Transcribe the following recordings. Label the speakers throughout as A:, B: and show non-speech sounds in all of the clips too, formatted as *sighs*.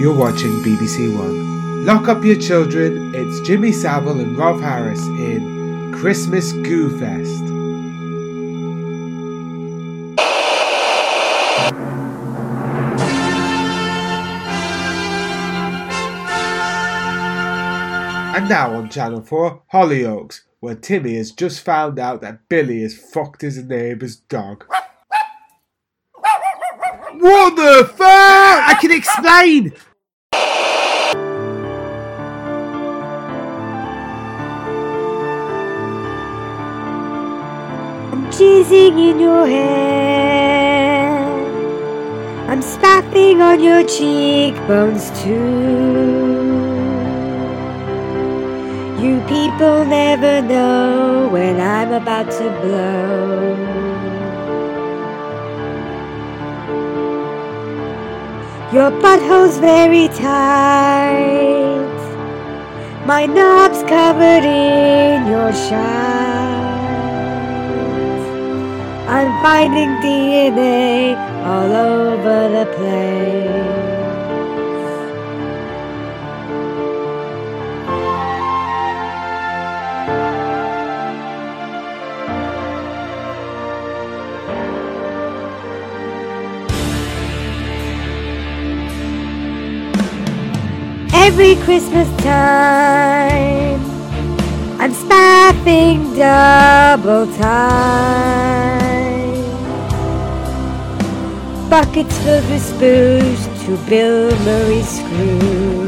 A: You're watching BBC One. Lock up your children. It's Jimmy Savile and Rob Harris in Christmas Goo Fest. And now on Channel 4, Hollyoaks, where Timmy has just found out that Billy has fucked his neighbour's dog. What the fuck? I can explain!
B: I'm cheesing in your hair. I'm spapping on your cheekbones too. You people never know when I'm about to blow. Your butthole's very tight. My knob's covered in your shite. I'm finding DNA all over the place. Every Christmas time, I'm spaffing double time. Buckets filled with spooge to Bill Murray Scrooge.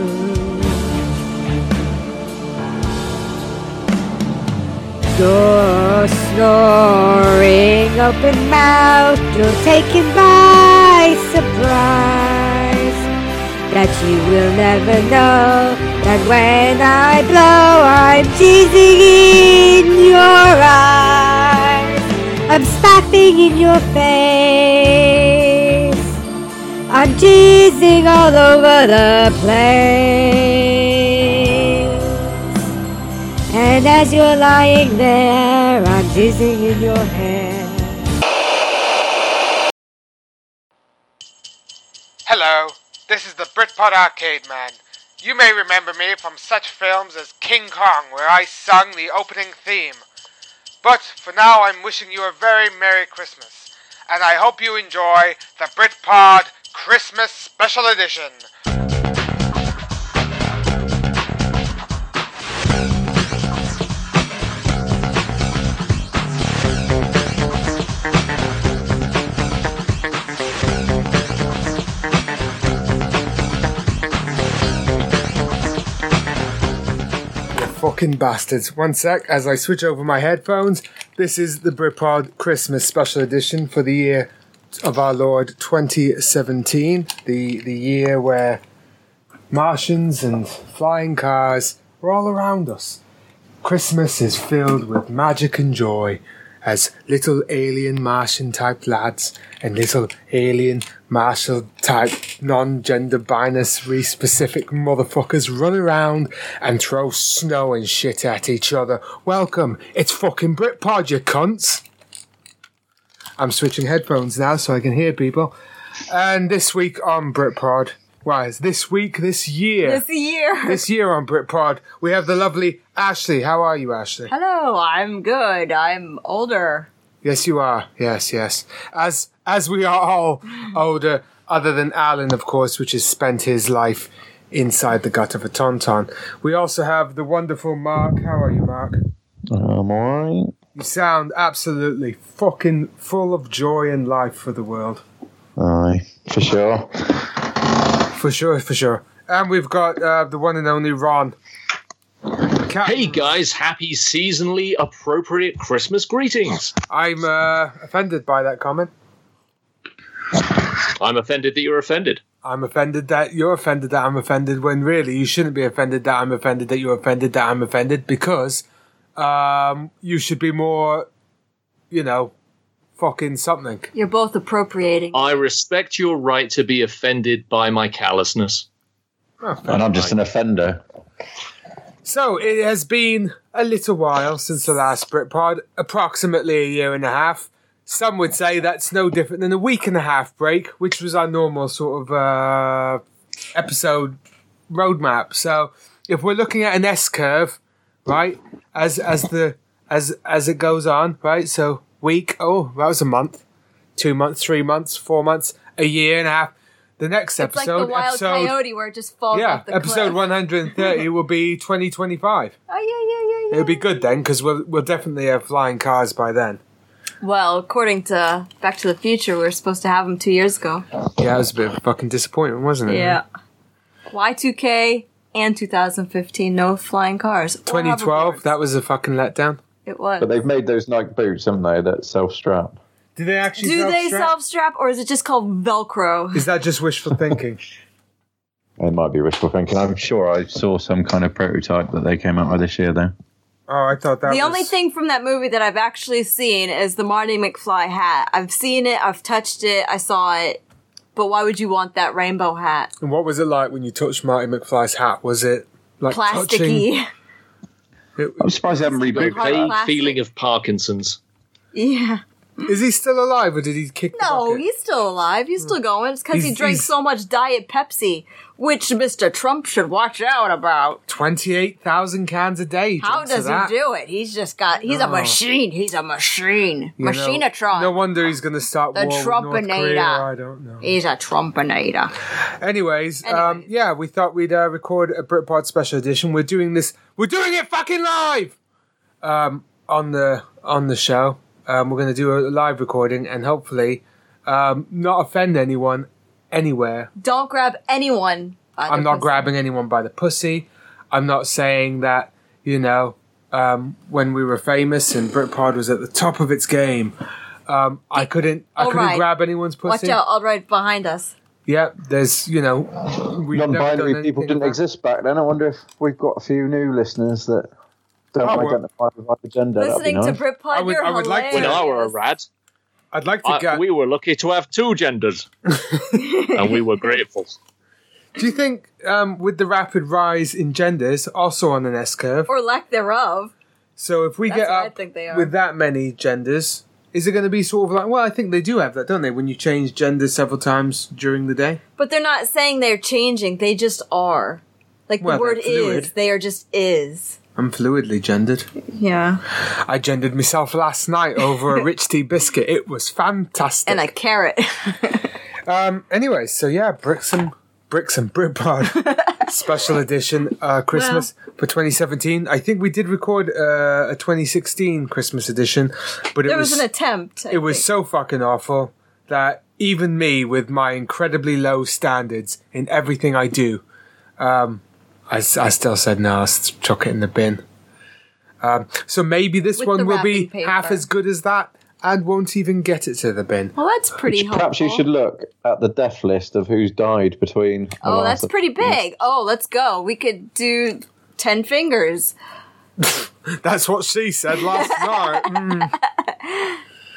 B: You're snoring open mouth, you're taken by surprise. That you will never know that when I blow, I'm cheesing in your eyes. I'm spaffing in your face. I'm cheesing all over the place. And as you're lying there, I'm jizzing in your hair.
A: Hello, this is the Britpod Arcade Man. You may remember me from such films as King Kong, where I sung the opening theme. But for now, I'm wishing you a very Merry Christmas, and I hope you enjoy the Britpod Christmas Special Edition. You fucking bastards. One sec, as I switch over my headphones, this is the Britpod Christmas Special Edition for the year of our Lord 2017, the, the year where Martians and flying cars were all around us. Christmas is filled with magic and joy as little alien Martian type lads and little alien Martial type non gender binary specific motherfuckers run around and throw snow and shit at each other. Welcome, it's fucking Britpod, you cunts! I'm switching headphones now so I can hear people. And this week on Britpod, why is this week, this year?
C: this year.
A: This year on Britpod, we have the lovely Ashley. How are you, Ashley?
C: Hello, I'm good. I'm older.
A: Yes, you are. Yes, yes. As as we are all older, other than Alan, of course, which has spent his life inside the gut of a tauntaun. We also have the wonderful Mark. How are you, Mark?
D: I'm alright.
A: You sound absolutely fucking full of joy and life for the world.
D: Aye, for sure.
A: For sure, for sure. And we've got uh, the one and only Ron. Cat-
E: Hey guys, happy seasonally appropriate Christmas greetings.
A: I'm uh, offended by that comment.
E: I'm offended that you're offended.
A: I'm offended that you're offended that I'm offended when really you shouldn't be offended that I'm offended that you're offended that I'm offended because um, you should be more, you know, fucking something.
C: You're both appropriating.
E: I respect your right to be offended by my callousness.
D: And I'm just an offender.
A: So it has been a little while since the last Britpod, approximately a year and a half. Some would say that's no different than a week and a half break, which was our normal sort of uh, episode roadmap. So if we're looking at an S curve, right, as as the as as it goes on, right? So week, oh, that was a month, two months, three months, four months, a year and a half. The next
B: It's like
A: episode,
B: the wild
A: episode,
B: coyote where it just falls
A: yeah,
B: off the
A: episode
B: cliff.
A: 130 will be 2025.
B: Oh, yeah, yeah, yeah, yeah.
A: It'll be good then because we'll we'll definitely have flying cars by then.
B: Well, according to Back to the Future, we were supposed to have them two years ago.
A: Yeah, it was a bit of a fucking disappointment, wasn't it?
B: Yeah. Y2K and 2015, no flying cars. Or
A: 2012,
B: hoverboards.
A: that was a fucking letdown.
B: It was.
D: But they've made those Nike boots, haven't they? That self strap.
A: Do they actually
B: Do they self strap or is it just called Velcro?
A: Is that just wishful thinking?
D: It might be wishful thinking. I'm sure I saw some kind of prototype that they came out with this year, though.
A: oh, I thought that
B: The
A: was...
B: only thing from that movie that I've actually seen is the Marty McFly hat. I've seen it, I've touched it, I saw it. But why would you want that rainbow hat?
A: And what was it like when you touched Marty McFly's hat? Was it like touching?
B: *laughs* Plasticky.
D: I'm surprised they haven't
E: Got a
D: rebooted
B: Hard
E: vague
B: plastic.
E: feeling of Parkinson's.
B: Yeah.
A: Is he still alive, or did he kick? the
B: No,
A: bucket?
B: he's still alive. He's still going. It's because he
A: He's-
B: drinks
A: he's-
B: so much Diet Pepsi, which Mr. Trump should watch out about.
A: twenty-eight thousand cans a day.
B: How
A: drinks of
B: does
A: that.
B: he do it? He's just got. He's a
A: No.
B: machine. He's a machine.
A: You know,
B: Machinatron.
A: No wonder he's going to start
B: The
A: war with North Korea.
B: Trumpinator.
A: I don't know.
B: He's a Trumpinator.
A: Anyways, Um,
B: Anyways.
A: yeah, we thought we'd uh, record a Britpod special edition. We're doing this. We're doing it fucking live um, on the on the show. Um, we're going to do a live recording and hopefully um, not offend anyone anywhere.
B: Don't grab anyone. by
A: I'm
B: the
A: not
B: pussy.
A: grabbing anyone by the pussy. I'm not saying that you know um, when we were famous and Britpod was at the top of its game. Um, I couldn't. I
B: All
A: couldn't
B: right.
A: grab anyone's
B: Watch
A: pussy.
B: out! All right behind us.
A: Yeah, there's you know, we've never done
D: Non-binary people
A: anything
D: didn't
A: about-
D: exist back then. I wonder if we've got a few new listeners that don't
A: Oh, well.
D: identify with either gender. That'd be
B: Listening to
D: nice.
B: Britpod,
A: I would-
B: you're
A: I would like to-
E: When
A: Yeah.
E: I were a
B: hilarious.
E: rat,
A: I'd like to
E: I-
A: get.
E: Uh, we were lucky to have
A: *laughs*
E: two genders, and we were grateful.
A: Do you think um, with the rapid rise in genders, also on an S curve,
B: or lack thereof.
A: so if we
B: That's
A: get
B: what I
A: up
B: think they are.
A: with that many genders, is it going to be sort of like? Well, I think they do have that, don't they? When you change genders several times during the day.
B: But they're not saying they're changing. They just are. Like
A: Well,
B: the word
A: they're fluid.
B: is. They are just is.
A: I'm fluidly gendered.
B: Yeah.
A: I gendered myself last night over a rich tea biscuit. It was fantastic.
B: And a carrot. *laughs*
A: Um, anyway, so yeah, bricks and bricks and
B: *laughs*
A: Britpod special edition uh, Christmas for 2017. I think we did record uh, a 2016 Christmas edition, but it
B: there
A: was,
B: was, an attempt. I
A: it was
B: think.
A: so fucking awful that even me, with my incredibly low standards in everything I do, um, I, s- I still said no. I'll s- chuck it in the bin. Um, so maybe this
B: With the
A: one will be
B: wrapping
A: half
B: paper.
A: as good as that, and won't even get it to the bin.
B: Well, that's pretty.
D: Perhaps you
B: helpful.
D: should look at the death list of who's died between. the
B: Oh,
D: last-
B: that's pretty big. Oh, let's go. We could do 10 fingers.
A: That's what she said
B: *laughs*
A: last night. Mm.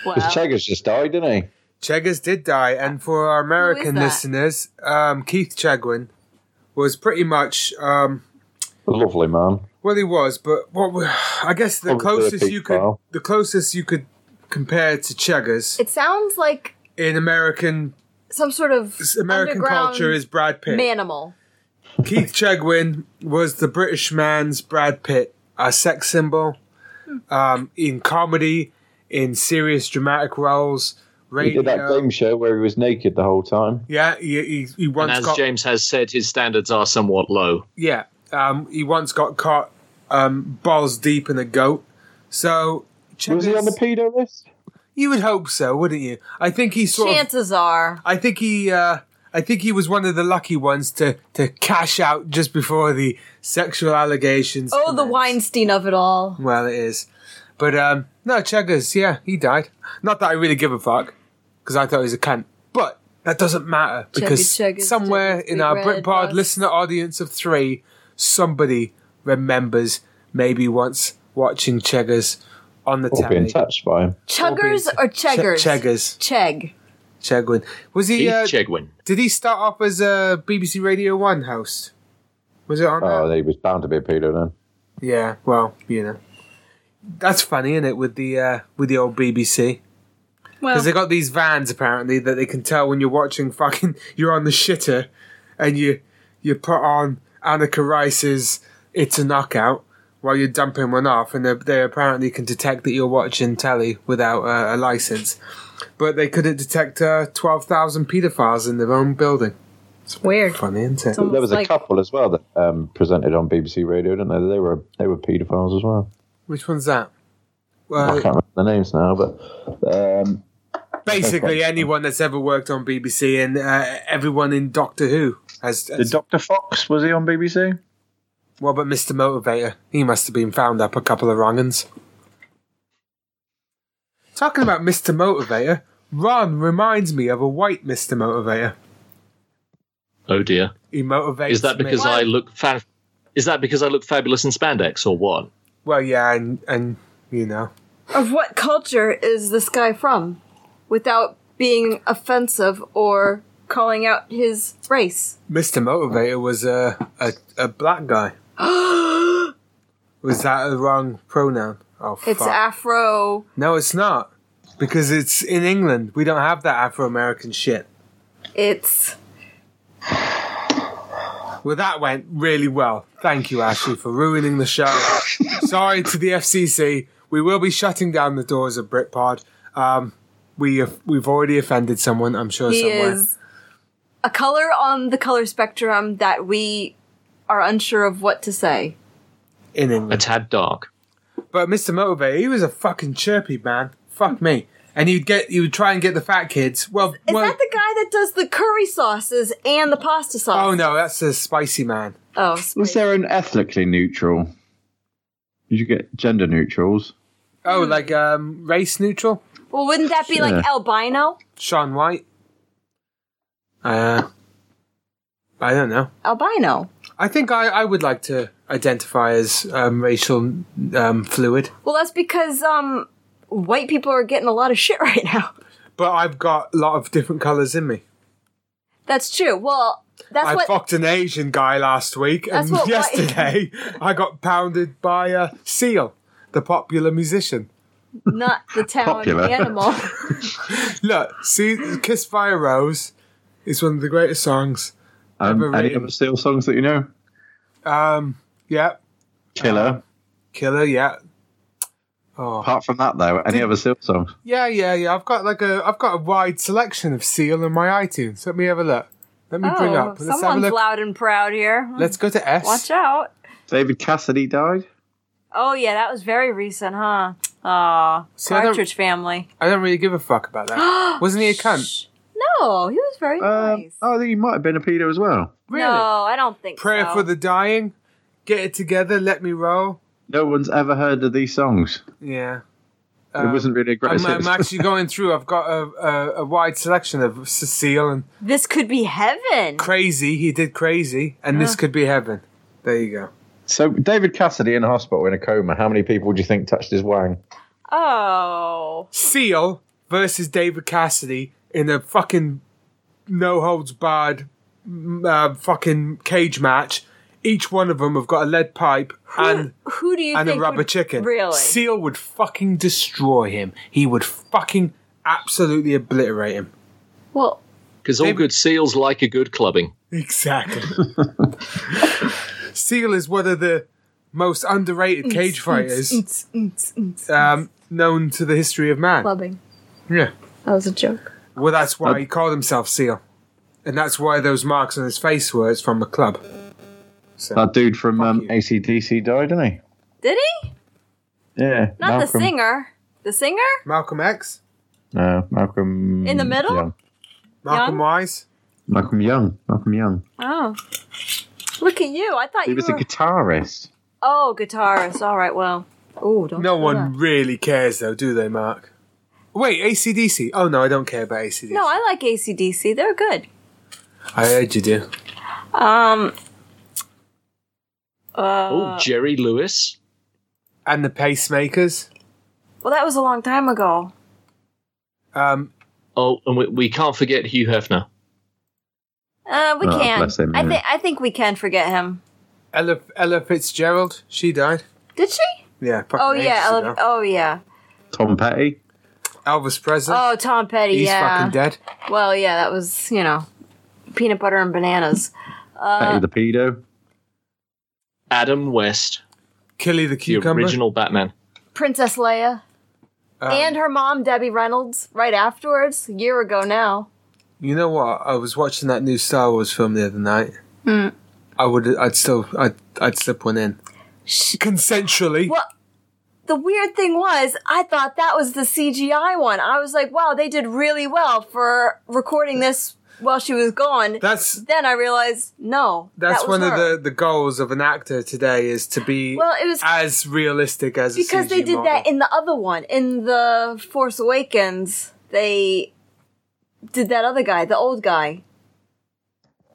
B: Wow.
D: Cheggers just died, didn't he?
A: Cheggers did die, and for our American
B: that?
A: listeners, um, Keith Chegwin was pretty much um,
D: Lovely man.
A: well, he was, but what we- I guess the
D: Probably a
A: closest
D: big
A: you could
D: pile.
A: the closest you could compare to Cheggers
B: It sounds like
A: in American
B: some sort of
A: American
B: underground
A: culture is Brad Pitt.
B: manimal.
A: Keith Chegwin was the British man's Brad Pitt, a sex symbol um, in comedy, in serious dramatic roles.
D: He
A: Radio.
D: did that game show where he was naked the whole time.
A: Yeah, he, he, he
E: And
A: once
E: as
A: got
E: James has said, his standards are somewhat low.
A: Yeah, um, he once got caught um, balls deep in a goat. So
D: Was he
A: Cheggers-
D: on the pedo list?
A: You would hope so, wouldn't you? I think he sort of.
B: Chances are.
A: I think he. Uh, I think he was one of the lucky ones to to cash out just before the sexual allegations.
B: Oh, the
A: commenced.
B: Weinstein of it all.
A: Well, it is, but um, no, Cheggers. Yeah, he died. Not that I really give a fuck, because I thought he was a cunt. But that doesn't matter because
B: Cheggers,
A: somewhere
B: Cheggers,
A: in
B: Big
A: our
B: Red
A: Britpod
B: Bus.
A: listener audience of three, somebody remembers maybe once watching Cheggers on the
D: Or being
A: telly.
D: touched by him?
B: Chuggers
A: being-
B: or cheggers?
A: Che- Cheggers.
B: Chegg.
A: Chegwin was he?
E: Keith
A: Uh,
E: Chegwin.
A: did he start off as a BBC Radio One host? Was it on? that?
D: Oh, he was bound to be a pedo then.
A: Yeah, well, you know, that's funny, isn't it? With the uh, with the old BBC, because they *laughs* got these vans apparently that they can tell when you're watching fucking you're on the shitter, and you you put on Annika Rice's It's a Knockout while you're dumping one off, and they, they apparently can detect that you're watching telly without uh, a license. But they couldn't detect uh, 12,000 paedophiles in their own building.
F: It's weird.
A: Funny, isn't it?
F: Some-
D: There was a
F: Like-
D: couple as well that um, presented on BBC Radio, didn't they? They were they were paedophiles as well.
A: Which one's that?
D: I
A: Well,
D: can't remember the names now, but um,
A: basically anyone that's ever worked on BBC and uh, everyone in Doctor Who has.
D: the
A: has
D: Doctor Fox was he on BBC?
A: what about Mr. Motivator? He must have been found up a couple of wrong'uns. Talking about Mr. Motivator, Ron reminds me of a white Mr. Motivator.
E: Oh dear.
A: He motivates.
E: Is that because
A: me.
E: I look fa- Is that because I look fabulous in spandex or what?
A: Well, yeah, and and you know,
C: Of what culture is this guy from? Without being offensive or calling out his race.
A: Mr. Motivator was a a, a black
E: *gasps*
A: guy. was that a wrong pronoun? Oh, fuck.
C: It's Afro.
A: No, it's not. Because it's in England. We don't have that Afro American shit.
C: It's
A: Well, that went really well. Thank you, Ashley, for ruining the show. Sorry to the FCC. We will be shutting down the doors of Britpod. Um, we have, we've already offended someone, I'm sure,
C: he
A: somewhere.
C: is a color on the color spectrum that we are unsure of what to say.
A: In
E: A
A: England.
E: tad dark.
A: But Mr. Motivator, he was a fucking chirpy man. Fuck me. And he'd get, he would try and get the fat kids. Well,
C: Is
A: well
C: that the guy that does the curry sauces and the pasta sauce?
A: oh no, that's a spicy man.
C: Oh,
D: Was there an ethnically neutral? Did you get gender neutrals?
A: Oh,
C: Hmm.
A: like um, race neutral.
C: well, wouldn't that be like
D: Sure.
C: albino?
A: Sean White. Uh, I don't know.
C: Albino.
A: I think I, I would like to identify as um, racial um, fluid,
C: Well, that's because um, white people are getting a lot of shit *laughs* right now.
A: but I've got a lot of different colours in me.
C: That's true. Well, that's
A: I
C: what
A: fucked an Asian guy last week,
C: That's
A: and
C: what-
A: yesterday I got pounded by a seal, the popular musician.
C: not the town
D: Popular.
C: animal.
A: Look, see, "Kiss by a Rose" is one of the greatest songs.
D: Um, any
A: Overrated.
D: other Seal songs that you know?
A: Um, yeah,
D: Killer.
A: killer, yeah,
D: Apart from that, though, any other Seal songs?
A: yeah, yeah, yeah. I've got like a, I've got a wide selection of seal in my iTunes. Let me have a look. Let me *laughs* bring
C: Oh,
A: up. Let's have a
C: someone's
A: look.
C: loud and proud here. Hmm.
A: Let's go to S.
C: Watch out.
D: David Cassidy died.
C: Oh yeah, that was very recent, huh? Aw,
A: See, I don't-
C: Partridge Family.
A: I don't really give a fuck about
C: *gasps*
A: that. Wasn't he a cunt?
C: No, he was very
D: Um,
C: nice.
D: oh, I think he might have been a pedo as well.
A: Really?
C: No, I don't think
A: Prayer
C: so.
A: for the dying. Get it together. Let me roll.
D: No one's ever heard of these songs.
A: Yeah.
D: it wasn't really a great.
A: I'm,
D: *laughs*
A: I'm actually going through. I've got a, a, a wide selection of Cecile and
C: This could be heaven.
A: Crazy. He did Crazy, and this
C: Ah.
A: could be heaven. There you go.
D: So David Cassidy in hospital in a coma. How many people do you think touched his wang?
C: Oh.
A: Seal versus David Cassidy in a fucking no holds barred m- uh, fucking cage match. Each one of them have got a lead pipe and
C: Who do you
A: and
C: think
A: a rubber
C: would-
A: chicken.
C: Really?
A: Seal would fucking destroy him. He would fucking absolutely obliterate him.
C: well,
E: Because all
A: Maybe-
E: good seals like a good clubbing.
A: Exactly. Seal is one of the most underrated cage fighters
C: mm, mm, mm,
A: um, known to the history of man.
C: clubbing.
A: Yeah.
F: That was a joke.
A: Well, that's why he called himself Seal. And that's why those marks on his face were it's from the club. Uh,
D: That dude from um,
A: you.
D: ACDC died, didn't he?
C: Did he?
D: Yeah.
C: Not the singer. The singer?
A: Malcolm X,
D: No, Malcolm.
C: In the middle?
D: Young.
A: Malcolm
C: Young?
A: Wise.
D: Malcolm Young. Malcolm Young.
C: Oh. Look at you. I thought
D: He
C: you
D: was
C: were.
D: a guitarist.
C: oh, guitarist. All right. Well. Oh, don't.
A: No
C: say
A: one
C: that.
A: really cares, though, do they, Mark? Wait, ACDC. Oh, no, I don't care about ACDC.
C: No, I like ACDC. They're good.
A: I heard you do.
C: Um.
E: oh,
C: Uh,
E: Jerry Lewis.
A: And the pacemakers.
C: Well, that was a long time ago.
A: Um,
E: Oh, and we, we can't forget Hugh Hefner.
C: Uh, we
D: Oh,
C: can.
D: bless him,
C: I
D: yeah.
C: think. I think we can forget him.
A: Ella, Ella Fitzgerald. She died.
C: Did she?
A: Yeah. fucking
C: Oh
A: ages
C: yeah.
A: ago.
C: Ele- oh yeah. Uh,
D: Tom Petty.
A: Elvis Presley.
C: Oh, Tom Petty.
A: He's
C: yeah.
A: fucking dead.
C: Well, yeah, that was you know, peanut butter and bananas.
D: Patty the pedo.
E: Adam West,
A: Killy the
E: the
A: cucumber.
E: original Batman.
C: Princess Leia
A: Um,
C: and her mom Debbie Reynolds right afterwards, a year ago now.
A: You know what? I was watching that new Star Wars film the other night.
C: Hmm.
A: I would. I'd still. I'd. I'd slip one in. Consensually.
C: Well, the weird thing was, I thought that was the CGI one. I was like, wow, they did really well for recording this while she was gone.
A: That's
C: then I realized, no,
A: that's
C: that was
A: one of
C: her.
A: the, the goals of an actor today is to be
C: Well, it was-
A: as realistic as a
C: because they
A: CG
C: did that
A: model.
C: in the other one in the force awakens they did that other guy the old guy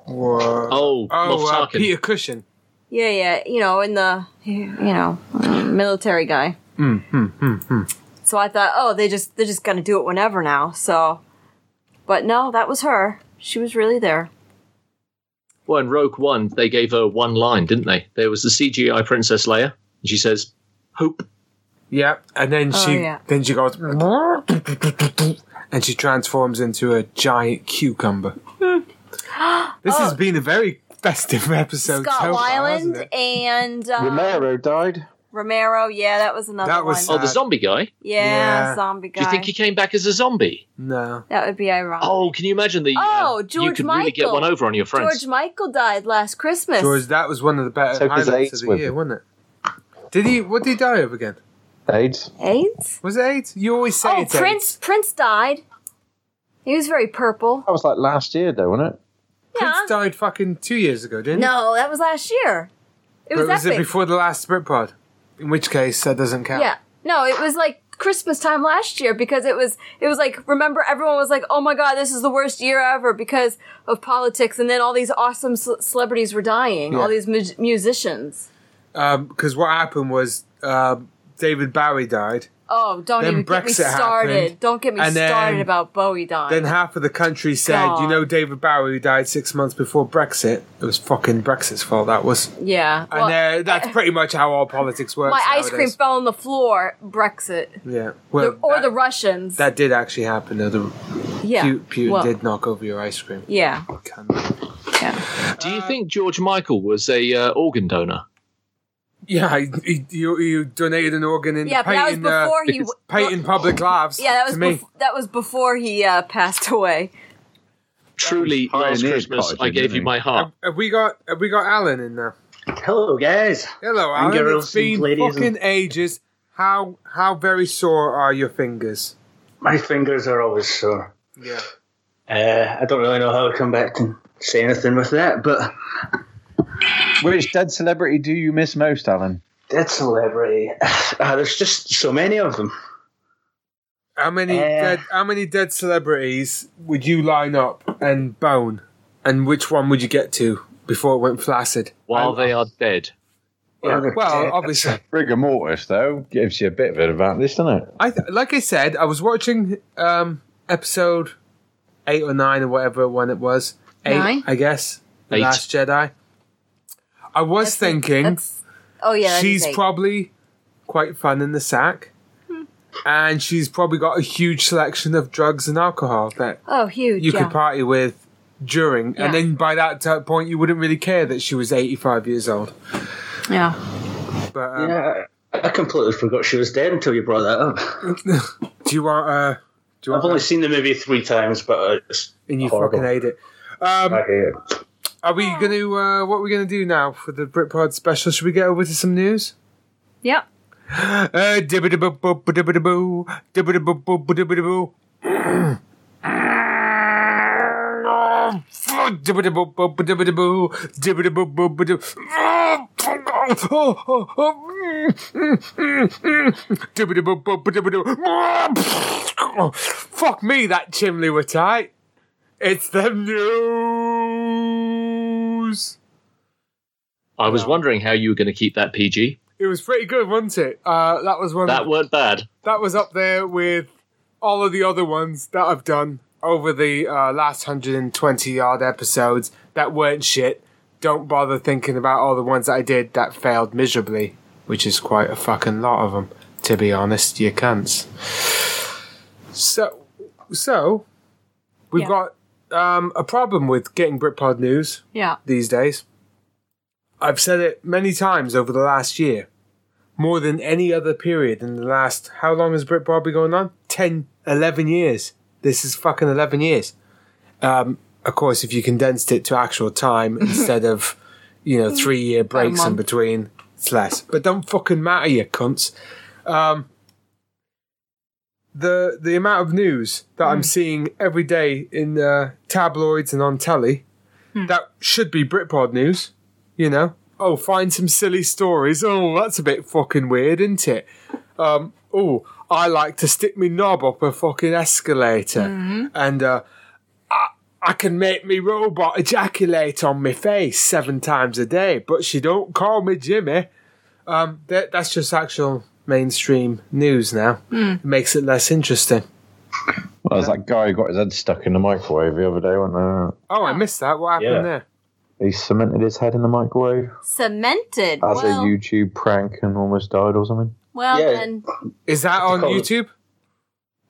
A: Whoa. Oh,
E: Oh, Moff
A: uh,
E: Tarkin.
A: Peter Cushing.
C: yeah yeah you know in the you know uh, military guy
A: Hmm,
C: so i thought oh they just they're just gonna do it whenever now so but no that was her she was really there
E: Well, in Rogue One, they gave her one line, didn't they? There was the CGI Princess Leia, and she says, "Hope."
A: Yeah, and then she
C: Oh, yeah.
A: then she goes *laughs* and she transforms into a giant cucumber.
C: Hmm. *gasps*
A: this has been a very festive *laughs* episode.
C: Oh. scott
A: so far, hasn't
C: Weiland
A: it?
C: and uh, romero.
D: Romero died. yeah
C: that was another
A: That was
C: one.
E: Oh, the
A: Uh,
E: zombie guy.
C: yeah,
A: yeah.
C: zombie
E: Do
C: guy
E: you think he came back as a zombie?
A: No,
C: that would be ironic
E: Oh, can you imagine the? uh,
C: Oh,
E: you
C: George
E: could really get
C: Michael.
E: one over on your friends.
C: george michael died last christmas
A: George, that was one of the better
D: Took his
A: highlights
D: AIDS
A: of the
D: with
A: year,
D: him.
A: wasn't it? Did he? What did he die of again?
D: AIDS.
C: aids
A: Was it AIDS? You always say
C: Oh,
A: it's
C: Prince!
A: AIDS.
C: Prince died. He was very purple.
D: That was like last year, though, wasn't it?
C: Yeah.
A: Prince died fucking two years ago, didn't he?
C: No, that was last year. It was
A: but was
C: epic.
A: it before the last Brit pod? In which case, that doesn't count.
C: Yeah. No, it was like Christmas time last year because it was it was like remember everyone was like, "Oh my god, this is the worst year ever because of politics." And then all these awesome ce- celebrities were dying.
A: Yeah.
C: All these mu- musicians.
A: because Um, what happened was um David Bowie died.
C: Oh, don't
A: Then
C: even get me
A: Brexit
C: started.
A: happened,
C: Don't get me
A: and then-
C: started about Bowie dying.
A: Then half of the country said,
C: God.
A: you know, David Bowie who died six months before Brexit. It was fucking Brexit's fault, that was.
C: yeah.
A: And uh,
C: *laughs*
A: that's pretty much how all politics works.
C: my ice cream
A: nowadays.
C: fell on the floor. Brexit.
A: Yeah. Well,
C: The- or
A: that,
C: the Russians.
A: that did actually happen, though. The
C: yeah.
A: Putin
C: Well,
A: did knock over your ice cream.
C: Yeah.
A: can.
C: Yeah.
E: Do you think George Michael was a uh, organ donor?
A: Yeah, he, you, you donated an organ in
C: Yeah,
A: the
C: but that was
A: Peyton,
C: before
A: uh,
C: he.
E: because
F: oh,
A: Peyton
C: *laughs*
A: Public Labs.
C: yeah, that was
A: to me.
C: bef- that was before he uh, passed away.
E: Truly, last
D: pioneer
E: Christmas
D: cottage,
E: I gave
D: didn't
E: you
D: he?
E: my heart.
A: Have we got have we got Alan in there?
G: Hello, guys.
A: Hello, Alan.
G: And girls
A: it's been
G: and ladies
A: fucking
G: and-
A: ages. How how very sore are your fingers?
G: My fingers are always sore.
A: Yeah.
G: Uh, I don't really know how to come back and say anything with that, but
D: Which dead celebrity do you miss most, Alan?
G: that celebrity. *sighs* Ah, there's just so many of them.
A: How many
G: Uh,
A: dead how many dead celebrities would you line up and bone? And which one would you get to before it went flaccid?
E: While they are dead,
G: Yeah, they're
A: Well,
G: dead.
A: obviously,
D: Rigor mortis, though, gives you a bit of an advantage, doesn't it?
A: I th- like I said, I was watching um, episode eight or nine or whatever one it was. Eight,
F: Nine?
A: I guess. The
E: Eight.
A: Last Jedi. I was thinking.
C: That's oh yeah, that is
A: she's
C: eight.
A: probably quite fun in the sack.
C: Hmm.
A: And she's probably got a huge selection of drugs and alcohol that
C: oh huge.
A: you
C: yeah.
A: could party with during.
F: Yeah.
A: And then by that t- point, you wouldn't really care that she was 85 years old.
F: Yeah.
A: But um,
G: Yeah, I I completely forgot she was dead until you brought that up.
A: do you want uh, do you
G: I've
A: want
G: only seen the movie three times, but it's
A: and you
G: horrible.
A: fucking hate it. Um,
G: I hate it.
A: Are we gonna uh, what are we gonna do now for the Britpod special? Should we get over to some news?
F: Yep.
A: Uh, dibbidi-boo-boo-dibbidi-boo, dibbidi-boo-boo-boo-dibbidi-boo. Dibbidi-boo-boo-boo-dibbidi-boo, dibbidi-boo-boo-boo-dibb- Dibbidi-boo-boo-boo-dibbidi-boo. Fuck me, that chimney were tight. It's the news.
E: I was wondering how you were going to keep that PG.
A: It was pretty good, wasn't it? Uh, that was one.
E: That weren't bad.
A: that was up there with all of the other ones that I've done over the uh, last 120 odd episodes that weren't shit. Don't bother thinking about all the ones that I did that failed miserably, which is quite a fucking lot of them, to be honest, you cunts. So, so we've got um, a problem with getting Britpod news
F: Yeah.
A: these days. I've said it many times over the last year, more than any other period in the last, how long has Britpod been going on? 10, 11 years. This is fucking 11 years. Um, of course, if you condensed it to actual time instead of, you know, three year breaks in
F: month.
A: between, it's less. But don't fucking matter, you cunts. Um, the the amount of news that I'm seeing every day in uh, tabloids and on telly that should be Britpod news, you know. Oh, find some silly stories. Oh, that's a bit fucking weird, isn't it? Um, oh, I like to stick me knob up a fucking escalator, and uh, I, I can make me robot ejaculate on me face seven times a day, but she don't call me Jimmy. Um, that, that's just actual mainstream news now. It makes it less interesting.
D: Well, it's that guy who got his head stuck in the microwave the other day, wasn't there?
A: Oh, I missed that. What happened
G: Yeah.
A: there?
D: He cemented his head in the microwave
C: Cemented.
D: as
C: well,
D: a YouTube prank and almost died or something.
F: Well,
G: Yeah.
F: then
A: Is that on
G: called?
A: YouTube?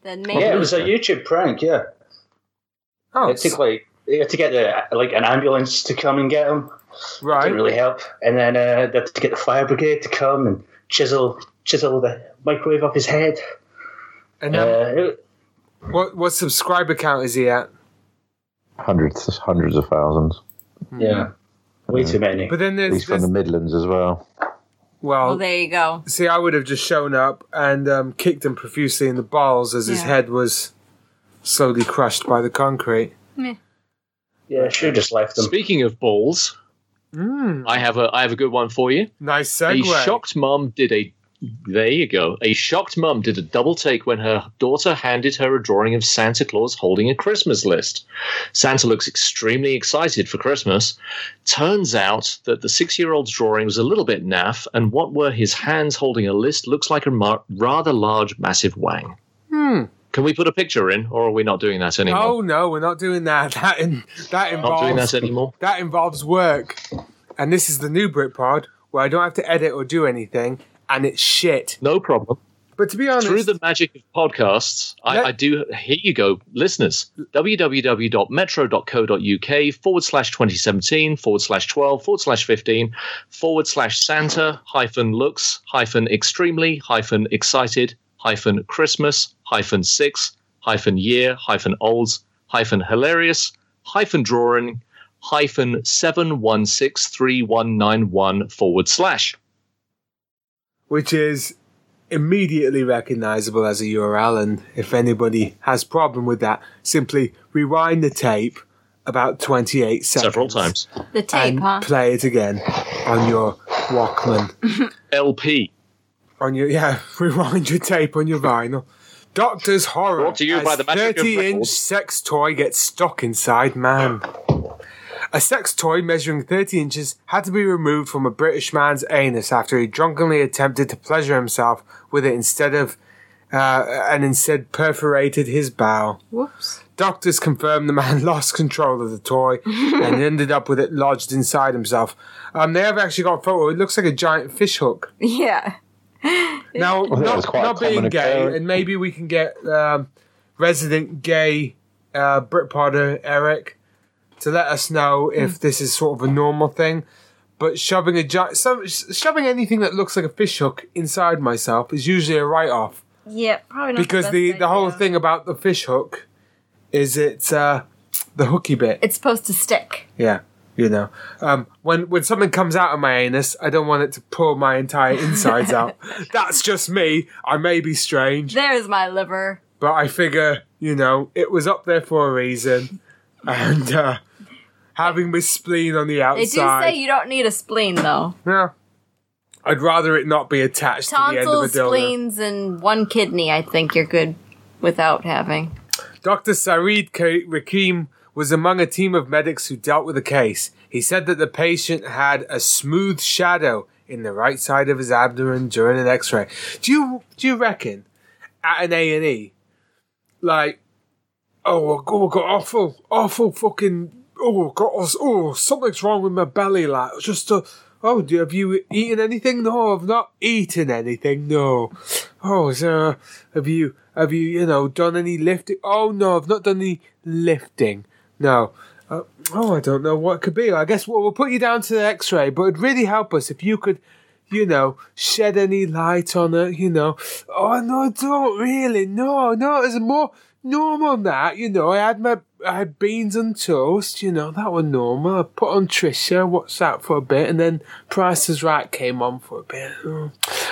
C: then maybe.
G: Yeah, it was a YouTube prank. Yeah,
A: Oh,
G: it took like they had to get the, like an ambulance to come and get him.
A: right.
G: Didn't really help. And then uh, they had to get the fire brigade to come and chisel chisel the microwave off his head.
A: And then,
G: Uh, it-
A: what what subscriber count is he at?
D: Hundreds, hundreds of thousands.
G: yeah, way too many.
A: Hmm. But then
D: He's
A: there's,
D: from
A: there's
D: the Midlands as well.
A: well,
C: Well, there you go.
A: see, I would have just shown up and um, kicked him profusely in the balls as his
F: Yeah.
A: head was slowly crushed by the concrete.
G: yeah, should have just left
E: *laughs*
G: them.
E: Speaking of balls,
A: Mm.
E: I have a I have a good one for you.
A: Nice
E: A
A: segue.
E: shocked mum did a. There you go. A shocked mum did a double take when her daughter handed her a drawing of Santa Claus holding a Christmas list. Santa looks extremely excited for Christmas. Turns out that the six year old's drawing was a little bit naff, and what were his hands holding a list looks like a mar- rather large, massive wang.
A: Hmm.
E: Can we put a picture in, or are we not doing that anymore?
A: Oh no, we're not doing that. *laughs* That in, that
E: not doing
A: involves
E: that
A: that.
E: anymore.
A: involves work. And this is the new Britpod where I don't have to edit or do anything, and it's shit.
E: No problem.
A: But to be honest,
E: through the magic of podcasts, I,
A: Let-
E: I do. Here you go, listeners. www.metro.co.uk forward slash 2017 forward slash 12 forward slash 15 forward slash Santa hyphen looks hyphen extremely hyphen excited hyphen Christmas hyphen six hyphen year hyphen olds hyphen hilarious hyphen drawing hyphen 71631191 forward slash.
A: which is immediately recognizable as a URL. And if anybody has problem with that, simply rewind the tape about 28 seconds.
E: Several times.
F: the tape,
A: And
F: huh?
A: play it again on your Walkman.
E: LP.
A: on your, yeah, *laughs* rewind your tape on your vinyl. Doctor's Horror.
E: Brought to you
A: as
E: by the magic of
A: 30 inch
E: records.
A: sex toy gets stuck inside man. A sex toy measuring 30 inches had to be removed from a British man's anus after he drunkenly attempted to pleasure himself with it instead of, uh, and instead perforated his bowel.
F: Whoops.
A: Doctors confirmed the man *laughs* lost control of the toy and ended up with it lodged inside himself. Um, they have actually got a photo. It looks like a giant fish hook.
F: *laughs*
C: Yeah.
A: Now,
D: think it
A: not,
D: was quite a
A: not being
D: common
A: gay,
D: occurrence.
A: and maybe we can get um, resident gay uh, Brit Potter Eric to let us know
F: Hmm.
A: if this is sort of a normal thing. But shoving a gi- some, shoving anything that looks like a fish hook inside myself is usually a write off
F: Yeah, probably not.
A: because
F: the,
A: the,
F: best
A: the whole
F: idea.
A: thing about the fish hook is it's uh, the hooky bit.
F: It's supposed to stick.
A: Yeah, you know, um, when when something comes out of my anus, I don't want it to pour my entire
F: *laughs*
A: insides out. That's just me. I may be strange,
F: There's my liver.
A: but I figure, you know, it was up there for a reason, and uh, having my spleen on the
F: They do say
A: outside.
F: you don't need a spleen though.
A: Yeah. I'd rather it not be attached to the end of
F: Tonsils,
A: a dildo.
F: spleens, and one kidney. I think you're good without having.
A: Dr. Sarid K- Rakim was among a team of medics who dealt with the case. He said that the patient had a smooth shadow in the right side of his abdomen during an X-ray. Do you do you reckon at an A and E, like, oh, I got, I got awful, awful fucking, oh, I got oh, something's wrong with my belly, like, it's just a. Oh, do- have you eaten anything? No, I've not eaten anything. No. Oh, is there a, have you have you you know done any lifting? Oh no, I've not done any lifting. No. Uh, oh, I don't know what it could be. I guess we'll, we'll put you down to the X-ray, but it'd really help us if you could, you know, shed any light on it. You know. Oh no, I don't really. No, no, it's more normal than that. You know, I had my I had beans and toast. You know, that were normal. I put on Trisha, watched that for a bit, and then Price is Right came on for a bit. Oh.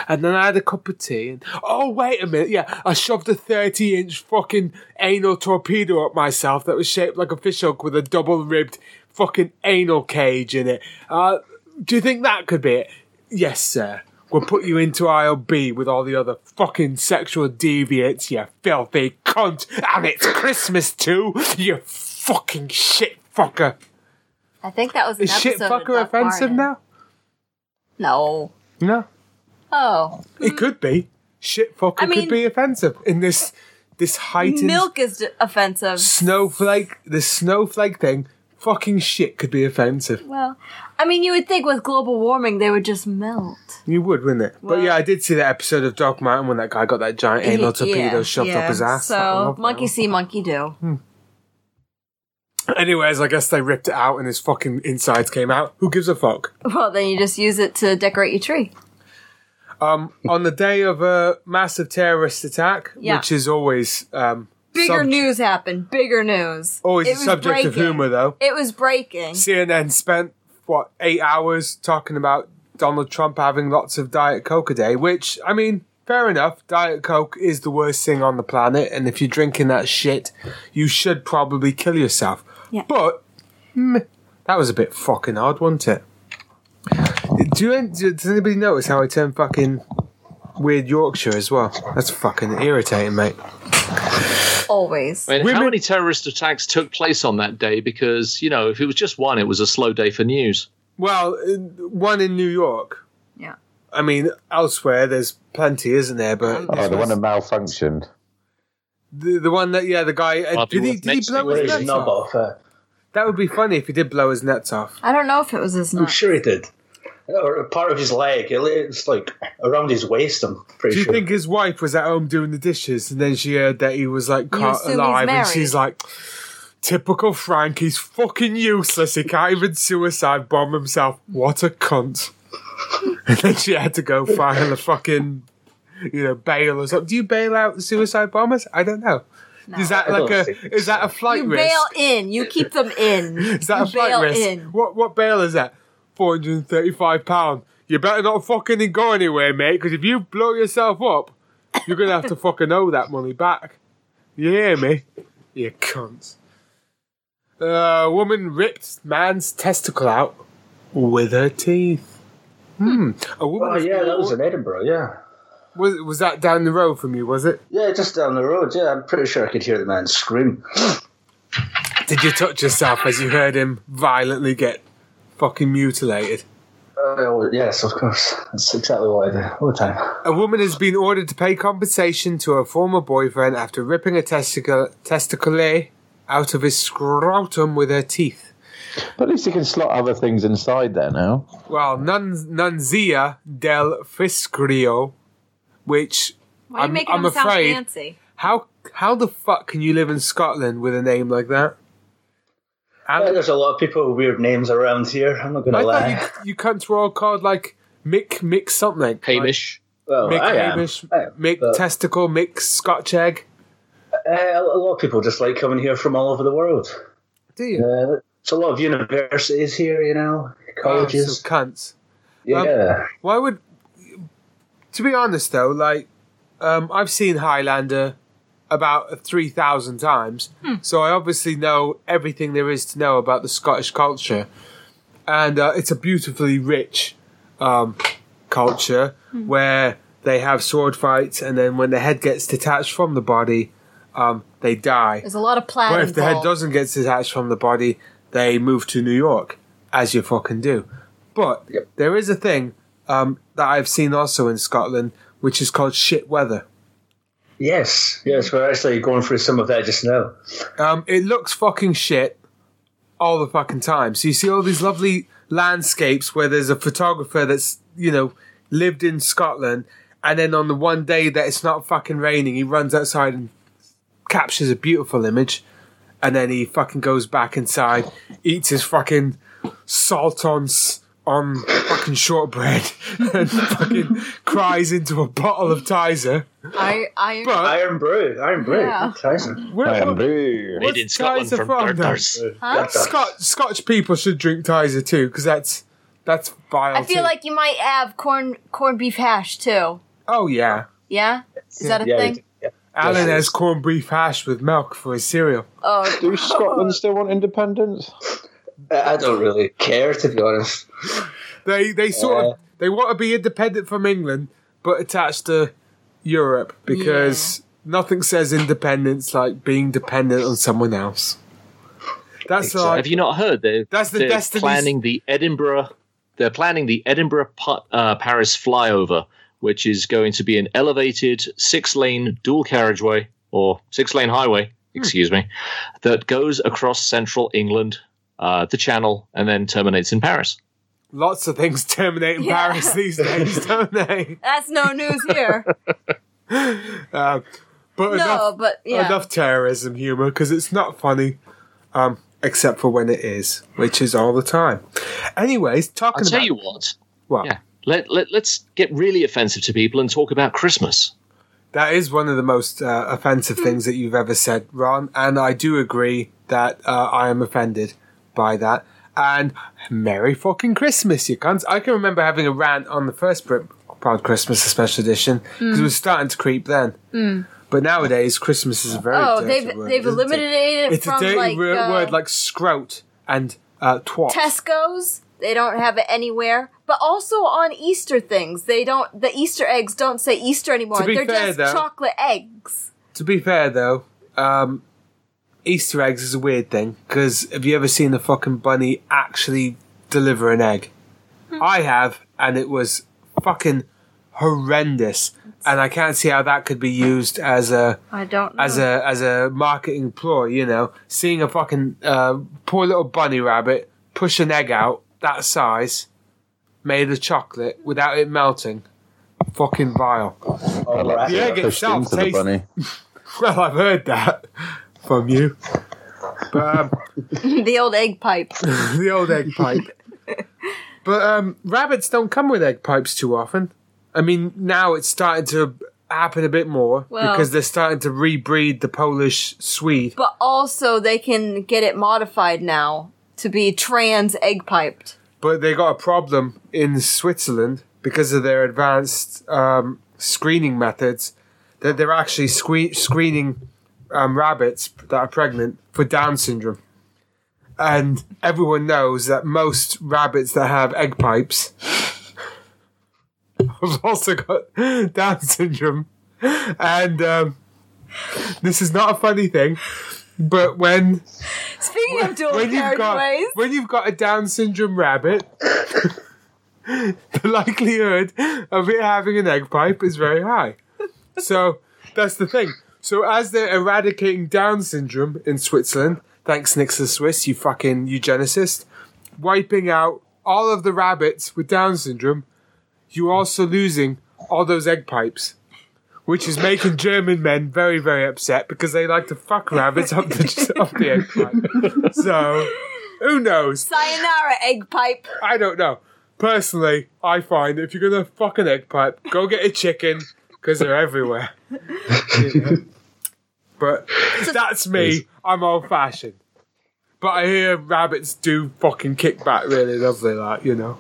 A: And then I had a cup of tea. And, oh, wait a minute. Yeah, I shoved a 30 inch fucking anal torpedo up myself that was shaped like a fishhook with a double ribbed fucking anal cage in it. Uh, do you think that could be it? Yes, sir. We'll put you into aisle B with all the other fucking sexual deviates, you filthy cunt. And it's Christmas too, you fucking shit fucker.
F: I think that was an
A: Is shit
F: episode of
A: fucker
F: Duck Bargain.
A: offensive now?
F: No.
A: No.
F: Oh,
A: It could be. Shit fucker
C: I mean-
A: could be offensive in this this heightened
C: Milk is d- offensive.
A: snowflake this snowflake thing. Fucking shit could be offensive.
C: Well,
F: I mean, you would think with global warming they would just melt.
A: You would, wouldn't it? but yeah, I did see that episode of Dark Mountain when that guy got that giant anal torpedo shoved up his ass. I
C: So
A: love that Hmm.
C: monkey see, monkey do.
A: one. Anyways, I guess they ripped it out and his fucking insides came out. Who gives a fuck?
C: Well, then you just use it to decorate your tree.
A: Um, on the day of a massive terrorist attack,
C: Yeah.
A: which is always um,
C: Bigger
A: sub-
C: news happened. Bigger news.
A: always
C: It
A: a
C: was
A: subject of
C: breaking.
A: humor though.
C: It was breaking.
A: CNN spent what eight hours talking about Donald Trump having lots of Diet Coke a day, which I mean, fair enough. Diet Coke is the worst thing on the planet, and if you're drinking that shit, you should probably kill yourself.
C: Yeah.
A: But mm, that was a bit fucking odd, wasn't it? Do you, do- does anybody notice how I turn fucking weird Yorkshire as well? That's fucking irritating, mate.
F: Always.
E: I mean,
A: Women-
E: how many terrorist attacks took place on that day? Because you know, if it was just one, it was a slow day for news.
A: Well, uh, one in New York.
F: Yeah.
A: I mean, elsewhere there's plenty, isn't there? But
D: Oh,
A: this
D: the one
A: was-
D: that malfunctioned.
A: The, the one that, yeah, the guy. Uh,
E: Well,
A: did he,
E: people
A: did he
E: next
A: blow
E: to
G: Where
A: his
G: is
A: nuts
G: his knob
A: off?
G: off? Uh,
A: That would be funny if he did blow his nuts off.
C: I don't know if it was his
G: I'm
C: nut.
G: sure he did. Or a part of his leg. It- It's like around his waist, I'm pretty
A: Do you
G: sure.
A: think his wife was at home doing the dishes and then she heard that he was like caught
C: assume he's
A: alive and
C: married.
A: she's like, typical Frank, he's fucking useless. He can't even suicide bomb himself. What a cunt. *laughs* and then she had to go file a fucking, you know, bail or something. Do you bail out suicide bombers? I don't know. Is that
G: I
A: like
G: don't
A: a
G: think
A: is that a flight
C: You
A: risk?
C: bail in. You keep them
A: *laughs*
C: in.
A: Is that
C: you
A: a flight
C: bail
A: risk?
C: in.
A: What what bail is that? Four hundred and thirty-five pound. You better not fucking go anywhere, mate. Because if you blow yourself up, you're gonna
C: *laughs*
A: have to fucking owe that money back. You hear me? You cunts. A woman ripped man's testicle out with her teeth. Hmm. A woman.
G: Oh, yeah, that was in Edinburgh, yeah.
A: was, was that down the road from you? Was it?
G: Yeah, just down the road, yeah. I'm pretty sure I could hear the man scream.
A: Did you touch yourself as you heard him violently get fucking mutilated?
G: Oh, yes, of course. That's exactly what I do all the time.
A: A woman has been ordered to pay compensation to her former boyfriend after ripping a testicle testicle out of his scrotum with her teeth.
D: But at least you can slot other things inside there now.
A: Well, nun, Nunzia del Fiscrio, which
C: Why are you
A: I'm-
C: making
A: I'm
C: them sound
A: afraid-
C: fancy?
A: how how the fuck can you live in Scotland with a name like that?
G: Uh,
A: And
G: There's a lot of people with weird names around here. I'm not going
A: I
G: to lie.
A: thought you you cunts were all called like Mick Mick something.
E: Hamish.
G: well,
A: Like, Mick
G: I am.
A: Hamish,
G: I am.
A: Mick
G: But,
A: Testicle, Mick Scotch Egg.
G: uh, a lot of people just like coming here from all over the world.
A: Do you?
G: Uh, there's a lot of universities here, you know,
A: Oh,
G: colleges.
A: some cunts. um,
G: yeah.
A: Why would? To be honest, though, like um, I've seen Highlander about three thousand times, so I obviously know everything there is to know about the Scottish culture, and uh, it's a beautifully rich um, culture where they have sword fights, and then when the head gets detached from the body, um, they die.
F: There's a lot of plaid
A: But if the head
F: involved.
A: doesn't get detached from the body, they move to New York, as you fucking do. But there is a thing um, that I've seen also in Scotland, which is called shit weather.
G: Yes, yes, we're actually going through some of that just now.
A: Um, it looks fucking shit all the fucking time. So you see all these lovely landscapes where there's a photographer that's, you know, lived in Scotland, and then on the one day that it's not fucking raining, he runs outside and captures a beautiful image. and then he fucking goes back inside, eats his fucking salt on s- on fucking shortbread, *laughs* and fucking cries into a bottle of Tizer.
C: I, I,
A: But
G: Iron Brew, Iron Brew.
C: Yeah.
G: Tyson.
A: where,
D: I am
A: what,
D: blue.
E: Made
A: What's
E: in Scotland
A: Geyser
E: from
A: from then?
E: burgers.
A: Scot- Scotch people should drink Tizer too, because that's that's vile.
C: I feel
A: too.
C: like you might have corn corned beef hash too.
A: oh yeah,
C: Yeah, is that a
G: Yeah,
C: thing?
G: yeah.
A: Alan
G: Yeah.
A: has corned beef hash with milk for his cereal.
C: Oh,
D: Do Scotland still want independence?
G: I I don't really care, to be honest.
A: They they sort
G: Yeah.
A: of they want to be independent from England, but attached to Europe because nothing says independence like being dependent on someone else. That's uh,
E: Have
A: like
E: you not heard? They're,
A: That's the
E: they're
A: Destiny's-
E: planning the Edinburgh. They're planning the Edinburgh Pa- uh, Paris flyover, which is going to be an elevated six-lane dual carriageway or six-lane highway,
A: Hmm.
E: excuse me, that goes across central England, uh, the Channel, and then terminates in Paris.
A: lots of things terminate in
C: Yeah.
A: Paris these days, *laughs* don't they?
C: that's no news
A: *laughs*
C: here.
A: Um, but
C: no,
A: enough,
C: but yeah,
A: enough terrorism humor because it's not funny, um, except for when it is, which is all the time. Anyways, talking
E: I'll
A: about
E: tell you what.
A: what
E: Yeah. Let, let, let's get really offensive to people and talk about Christmas.
A: That is one of the most uh, offensive things that you've ever said, Ron. And I do agree that uh, I am offended by that. And Merry fucking Christmas, you cunts. I can remember having a rant on the first Brit Proud Christmas, a special edition, because it was starting to creep then. But nowadays, Christmas is a very
C: Mm. Oh,
A: dirty
C: they've
A: word,
C: they've
A: isn't it?
C: eliminated
A: *laughs*
C: it,
A: It's a
C: from
A: dirty
C: like,
A: word,
C: uh,
A: word like scrout and uh, twat.
C: Tesco's. They don't have it anywhere. But also on Easter things, they don't. The Easter eggs don't say Easter anymore.
A: To be
C: They're
A: fair,
C: just
A: though-
C: chocolate eggs.
A: To be fair, though, um, Easter eggs is a weird thing because have you ever seen a fucking bunny actually deliver an egg?
C: Hmm.
A: I have, and it was fucking horrendous. And I can't see how that could be used as a
C: I don't know.
A: as a as a marketing ploy. You know, seeing a fucking uh, poor little bunny rabbit push an egg out that size, made of chocolate, without it melting, fucking vile.
G: All right.
A: The egg
D: Pushed
A: itself
D: into the
A: tastes
D: bunny.
A: *laughs* well, I've heard that from you. *laughs* But um,
C: *laughs* the old egg pipe.
A: the old egg pipe. *laughs* But um, rabbits don't come with egg pipes too often. I mean, now it's starting to happen a bit more
C: Well-
A: because they're starting to rebreed the Polish Swede.
C: But also, they can get it modified now to be trans egg piped.
A: But they got a problem in Switzerland because of their advanced um, screening methods that they're actually sque- screening um, rabbits that are pregnant for Down syndrome. And everyone knows that most rabbits that have egg pipes *laughs* have also got *laughs* Down syndrome. And um, this is not a funny thing, but when
C: Speaking of dual
A: when you've got
C: carriageways,
A: when you've got a Down syndrome rabbit, *laughs* the likelihood of it having an egg pipe is very high. So that's the thing. So as they're eradicating Down syndrome in Switzerland, thanks Nix the Swiss, you fucking eugenicist, wiping out all of the rabbits with Down syndrome, you're also losing all those egg pipes. Which is making German men very, very upset because they like to fuck rabbits up the, up the egg pipe. So, who knows?
C: sayonara egg pipe.
A: I don't know. Personally, I find if you're gonna fuck an egg pipe, go get a chicken because they're everywhere. You know? But that's me. I'm old fashioned. But I hear rabbits do fucking kick back really lovely, like you know.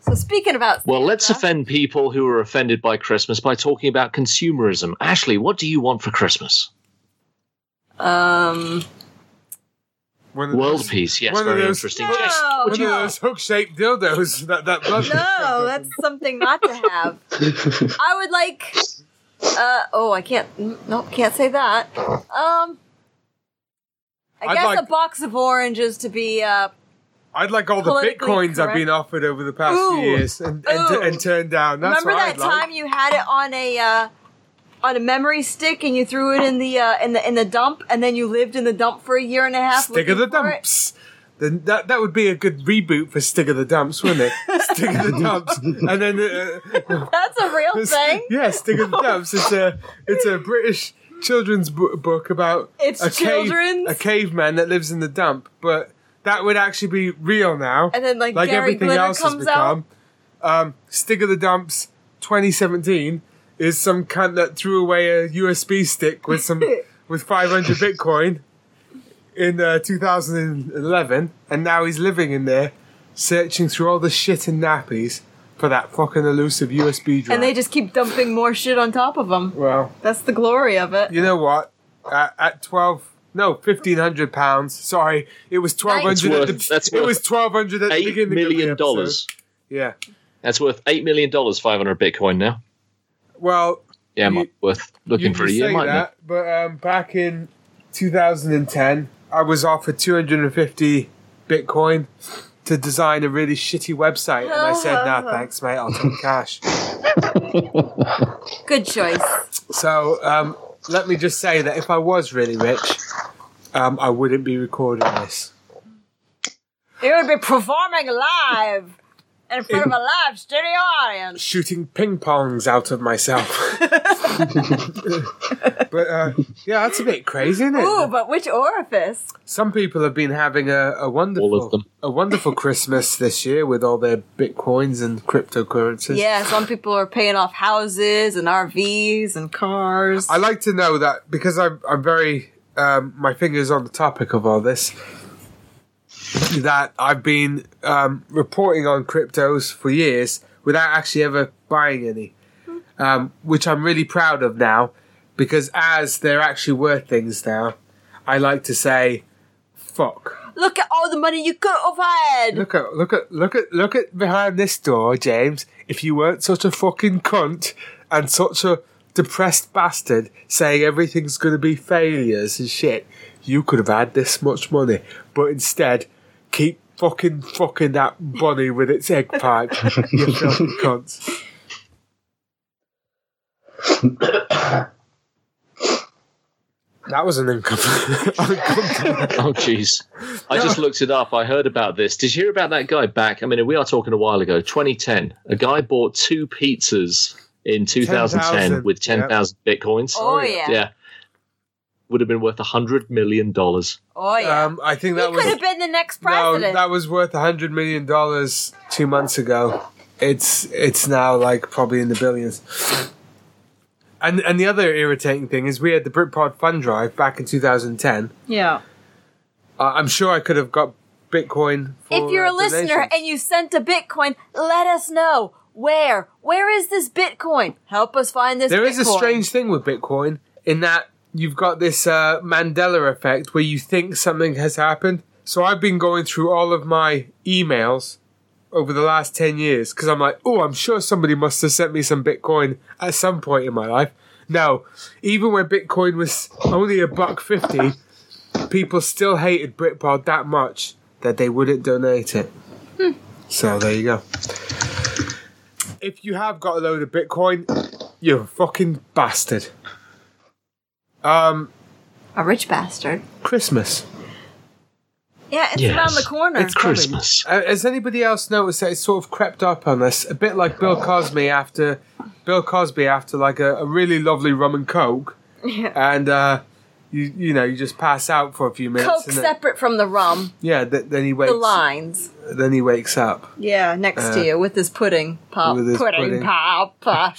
C: So speaking about
E: Well, let's
C: Santa,
E: offend people who are offended by Christmas by talking about consumerism. Ashley, what do you want for Christmas?
C: um
A: One of
E: World
A: those,
E: peace. Yes,
A: one of
E: very
A: those- Ah!
E: interesting. Yes.
C: no,
A: One of
C: no,
A: those hook shaped dildos that that blood.
C: Oh,
A: *laughs*
C: no, that's something not to have. I would like. Uh oh, I can't. mm, Nope, can't say that. Um, I
A: I'd
C: guess
A: like-
C: a box of oranges to be uh
A: I'd like all the
C: Politically
A: bitcoins I've
C: correct.
A: been offered over the past
C: Ooh.
A: few years and and,
C: Ooh.
A: and turned down. That's
C: Remember
A: what I'd
C: that
A: like.
C: time you had it on a uh, on a memory stick and you threw it in the uh, in the in the dump and then you lived in the dump for a year and a half.
A: Stick of the
C: looking for it? *laughs*
A: Dumps. Then that that would be a good reboot for Stick of the Dumps, wouldn't
C: *laughs*
A: it? Stick of the Dumps, and then uh,
C: That's a real
A: it's- *laughs*
C: thing.
A: yeah, Stick of the Dumps. It's a it's a British children's bo- book about
C: It's
A: a cave,
C: children's?
A: a caveman that lives in the dump, but that would actually be real now.
C: And then, like, Gary
A: everything
C: Glitter
A: else
C: comes
A: has become. Um, Stick of the Dumps 2017 is some cunt that threw away a USB stick with
C: *laughs*
A: some with 500 Bitcoin in uh, 2011, and now he's living in there, searching through all the shit in nappies for that fucking elusive USB drive.
C: And they just keep dumping more shit on top of them.
A: well,
C: That's the glory of it.
A: you know what? At, at twelve, no, fifteen hundred pounds. Sorry, it was twelve hundred.
E: That's
A: at the,
E: worth- that's
A: it
E: worth
A: was twelve hundred at the
E: Eight
A: beginning. of the
E: million
A: episode.
E: dollars.
A: Yeah.
E: That's worth eight million dollars. Five hundred Bitcoin now.
A: Well,
E: Yeah,
A: You-
E: might be worth
A: you
E: looking for
A: can
E: a year,
A: say
E: mightn't it?
A: that, but um, back in 2010, I was offered 250 Bitcoin to design a really shitty website, and I said,
E: *laughs*
A: "Nah, thanks, mate. I'll take cash."
C: Good choice.
A: So um, let me just say that if I was really rich, um, I wouldn't be recording this.
C: They would be performing live in front of a live studio audience.
A: shooting ping pongs out of
C: *laughs*
A: myself. *laughs* but uh, yeah, that's a bit crazy, isn't it?
C: Ooh, but which orifice?
A: Some people have been having a, a wonderful,
E: All of them.
A: a wonderful Christmas this year with all their bitcoins and cryptocurrencies. *laughs*
C: Yeah, some people are paying off houses and RVs and cars.
A: I like to know that because I'm, I'm very, um, my fingers on the topic of all this. That I've been um, reporting on cryptos for years without actually ever buying any, um, which I'm really proud of now because as there actually were things now, I like to say, "Fuck!
C: Look at all the money you could have had.
A: Look at look at look at look at behind this door, James. If you weren't such a fucking cunt and such a depressed bastard saying everything's going to be failures and shit, you could have had this much money. But instead, keep fucking fucking that bunny with its egg pipe, you filthy cunt. That was an *laughs* income.
E: Oh,
A: *laughs*
E: jeez. I just looked it up. I heard about this. Did you hear about that guy back? I mean, we are talking a while ago, 2010. A guy bought two pizzas in 2010
A: 10,000,
E: with 10,000 bitcoins.
C: Oh,
A: yeah.
C: yeah.
E: yeah. Would have been worth $100 million.
C: Oh, yeah.
A: um, I think
C: he
A: that was.
C: could have been the next president.
A: No, that was worth a hundred million dollars two months ago. It's it's now like probably in the billions. And and the other irritating thing is we had the Britpod Fund Drive back in 2010.
C: yeah.
A: Uh, I'm sure I could have got Bitcoin. For,
C: If you're
A: uh,
C: a listener
A: donations.
C: and you sent a Bitcoin, let us know. Where? Where is this Bitcoin? Help us find this
A: There
C: Bitcoin.
A: is a strange thing with Bitcoin in that you've got this uh, Mandela effect where you think something has happened. So I've been going through all of my emails over the last 10 years because I'm like, oh, I'm sure somebody must have sent me some Bitcoin at some point in my life. No, even when Bitcoin was only a buck 50, people still hated Britpod that much that they wouldn't donate it. So there you go. If you have got a load of Bitcoin, you're a fucking bastard. Um,
C: a rich bastard.
A: Christmas.
C: Yeah, it's
E: Yes.
C: around the corner.
E: It's Christmas.
A: Uh, has anybody else noticed that it's sort of crept up on us? A bit like Bill Cosby after Bill Cosby after like a, a really lovely rum and coke, and uh, you you know you just pass out for a few minutes.
C: Coke
A: and then-
C: separate from the rum,
A: yeah, th- then he wakes.
C: the lines.
A: Then he wakes up
C: Yeah, next
A: Uh,
C: to you with this pudding pop,
A: with his
C: pudding,
A: pudding.
C: pop,
A: *laughs*
C: uh,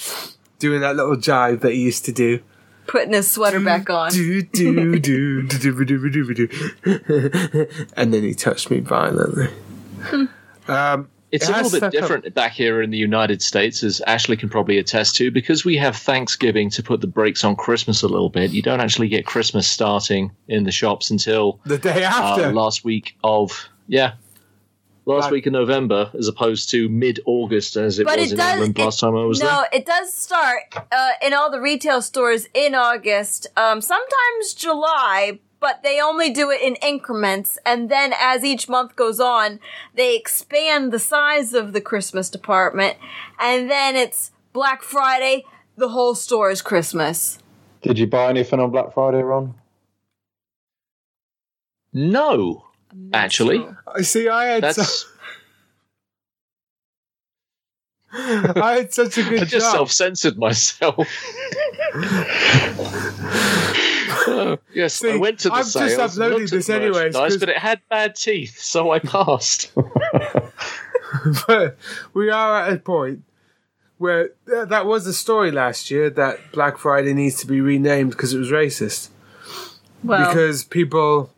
A: doing that little jive that he used to do.
C: putting his sweater back on.
A: Do do do do do do do do do, *laughs* and then he touched me violently. um,
E: It's
A: It
E: a
A: has
E: little bit
A: set up-
E: different back here in the United States, as Ashley can probably attest to, because we have Thanksgiving to put the brakes on Christmas a little bit. You don't actually get Christmas starting in the shops until
A: the day
E: uh,
A: after.
E: last week of yeah last
A: Right.
E: week in november as opposed to mid-august as it
C: But
E: was
C: it
E: in
C: does-
E: england
C: it-
E: last time i was
C: no,
E: there
C: it does start uh, in all the retail stores in August, um, sometimes July, but they only do it in increments. And then as each month goes on, they expand the size of the Christmas department. And then it's Black Friday, the whole store is Christmas.
D: *laughs* Did you buy anything on Black Friday, Ron?
E: no actually
A: I see. I had
E: that's
A: I had such a
E: i
A: good
E: just
A: job. *laughs*
E: self-censored myself Yes, I
A: See,
E: went to the
A: I'm just
E: sales.
A: uploading
E: looked at
A: this
E: the
A: anyways,
E: merchandise,
A: 'cause-
E: but it had bad teeth, so I passed.
A: but *laughs* we are at a point where th- that was the story last year that Black Friday needs to be renamed because it was racist.
C: Well, because
A: because people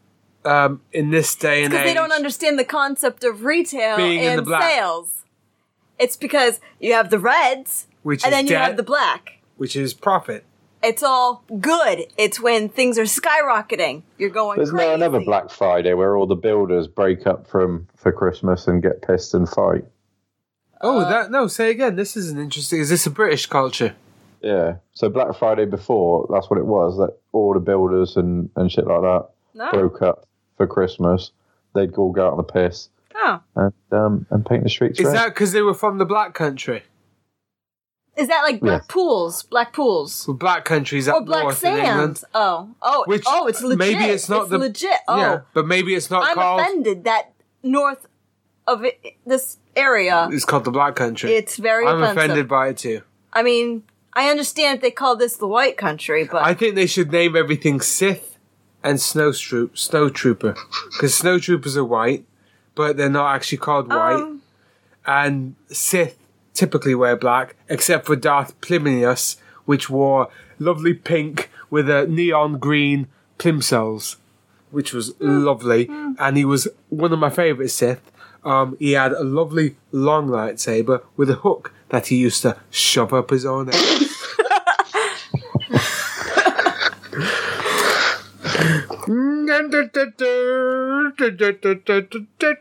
A: um, in this day and age,
C: they don't understand the concept of retail
A: Being in the
C: and
A: black.
C: sales. It's because you have the reds
A: which
C: and
A: is
C: then you
A: debt,
C: have the black.
A: which is profit.
C: It's all good. It's when things are skyrocketing. You're going
D: There's
C: crazy.
D: no another Black Friday where all the builders break up from for Christmas and get pissed and fight.
A: Oh,
C: Uh.
A: that no! Say again. This is an interesting. Is this a British culture?
D: Yeah. So Black Friday before, that's what it was. That all the builders and, and shit like that
C: No.
D: broke up for Christmas. They'd all go out on the piss
C: Oh.
D: and um, and paint the streets
A: Is
D: red.
A: that because they were from the black country?
C: Is that like black
D: Yes.
C: pools? Black pools.
A: Well, black countries up
C: Or Oh, black
A: north in England.
C: sands. Oh. Oh.
A: Which,
C: oh, it's
A: uh,
C: legit.
A: maybe it's not the-
C: legit. Oh.
A: Yeah, but maybe it's not
C: I'm
A: called.
C: offended that north of it, this area
A: It's called the black country.
C: it's very
A: I'm
C: offensive.
A: offended by it too.
C: I mean, I understand they call this the white country, but
A: I think they should name everything Sith and Snow Troop, Snow Trooper, because Snow Troopers are white, but they're not actually called white.
C: Um.
A: and Sith typically wear black, except for Darth Plimius, which wore lovely pink with a neon green plimsolls, which was lovely. And he was one of my favourite Sith. Um, he had a lovely long lightsaber with a hook that he used to shove up his own ass.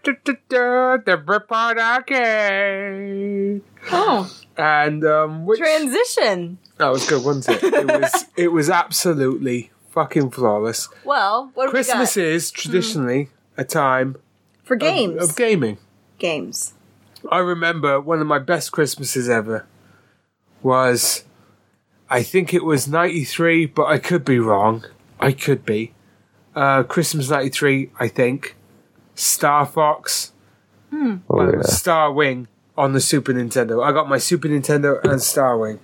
A: The Ripon Arcade.
C: oh,
A: And um, which
C: transition.
A: that was good, wasn't it? It was. it was absolutely fucking flawless.
C: Well, what do
A: Christmas
C: we got
A: is traditionally a time
C: for games?
A: of gaming.
C: games.
A: I remember one of my best Christmases ever was, I think it was 93, but I could be wrong. I could be. Uh, Christmas 93, I think. Star Fox,
D: Oh,
A: well, it
D: yeah.
A: was Star Wing on the Super Nintendo. I got my Super Nintendo and Star Wing.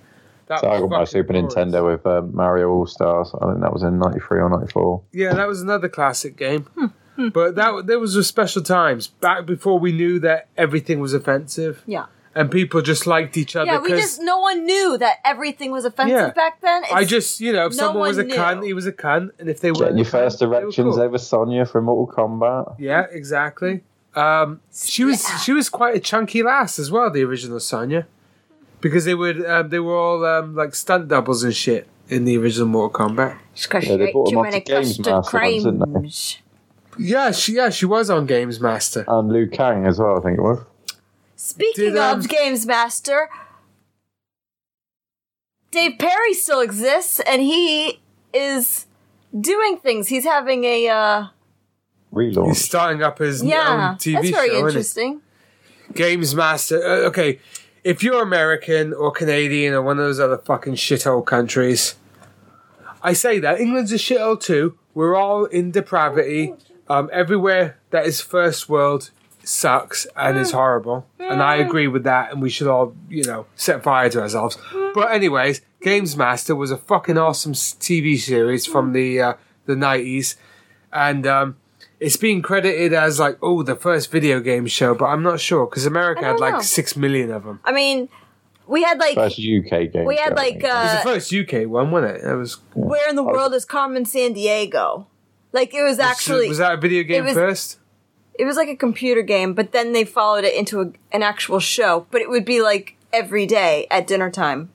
A: That
D: So
A: was
D: I got my
A: fucking
D: Super
A: glorious.
D: Nintendo with uh, Mario All Stars. I think that was in '93 or '94.
A: Yeah, that was another classic game. but that there was a special times back before we knew that everything was offensive
C: Yeah.
A: and people just liked each other.
C: Yeah, we
A: 'cause-
C: just no one knew that everything was offensive
A: Yeah.
C: back then. It's,
A: I just, you know, if
C: No
A: someone was a
C: one
A: cunt,
C: knew.
A: he was a cunt, and if they were
D: Getting your first directions over Sonya from Mortal Kombat.
A: Yeah, exactly. Um, she was she was quite a chunky lass as well, the original Sonya, because they would um, they were all um, like stunt doubles and shit in the original Mortal Kombat.
C: Just 'cause
D: Yeah,
C: you
D: they
C: ate
D: bought 'em
C: too
D: onto
C: many
D: Games
C: custard
D: Master ones, didn't they?
C: creams.
A: Yeah, she yeah she was on Games Master.
D: And Liu Kang as well, I think it was.
C: Speaking
A: Did, um,
C: of Games Master, Dave Perry still exists, and he is doing things. He's having a uh,
D: Relaunch.
A: He's *laughs* starting up his
C: yeah,
A: own TV
C: that's very
A: show. isn't it?
C: interesting.
A: Games Master. Uh, okay, if you're American or Canadian or one of those other fucking shithole countries, I say that England's a shithole too. We're all in depravity. Um, everywhere that is first world sucks and is horrible, and I agree with that. And we should all, you know, set fire to ourselves. But anyways, Games Master was a fucking awesome s- TV series from the uh, the nineties, and. Um, it's being credited as like oh the first video game show, but I'm not sure because America
C: I don't
A: had like
C: know.
A: six million of them.
C: I mean, we had like
D: First UK game.
C: we had
D: show, I
C: like
D: think.
A: It was
C: uh,
A: the first UK one, wasn't it? That was
C: where in the world is Carmen San Diego? Like it was actually
A: was that a video game
C: was-
A: first?
C: it was like a computer game, but then they followed it into a, an actual show. But it would be like every day at dinner time.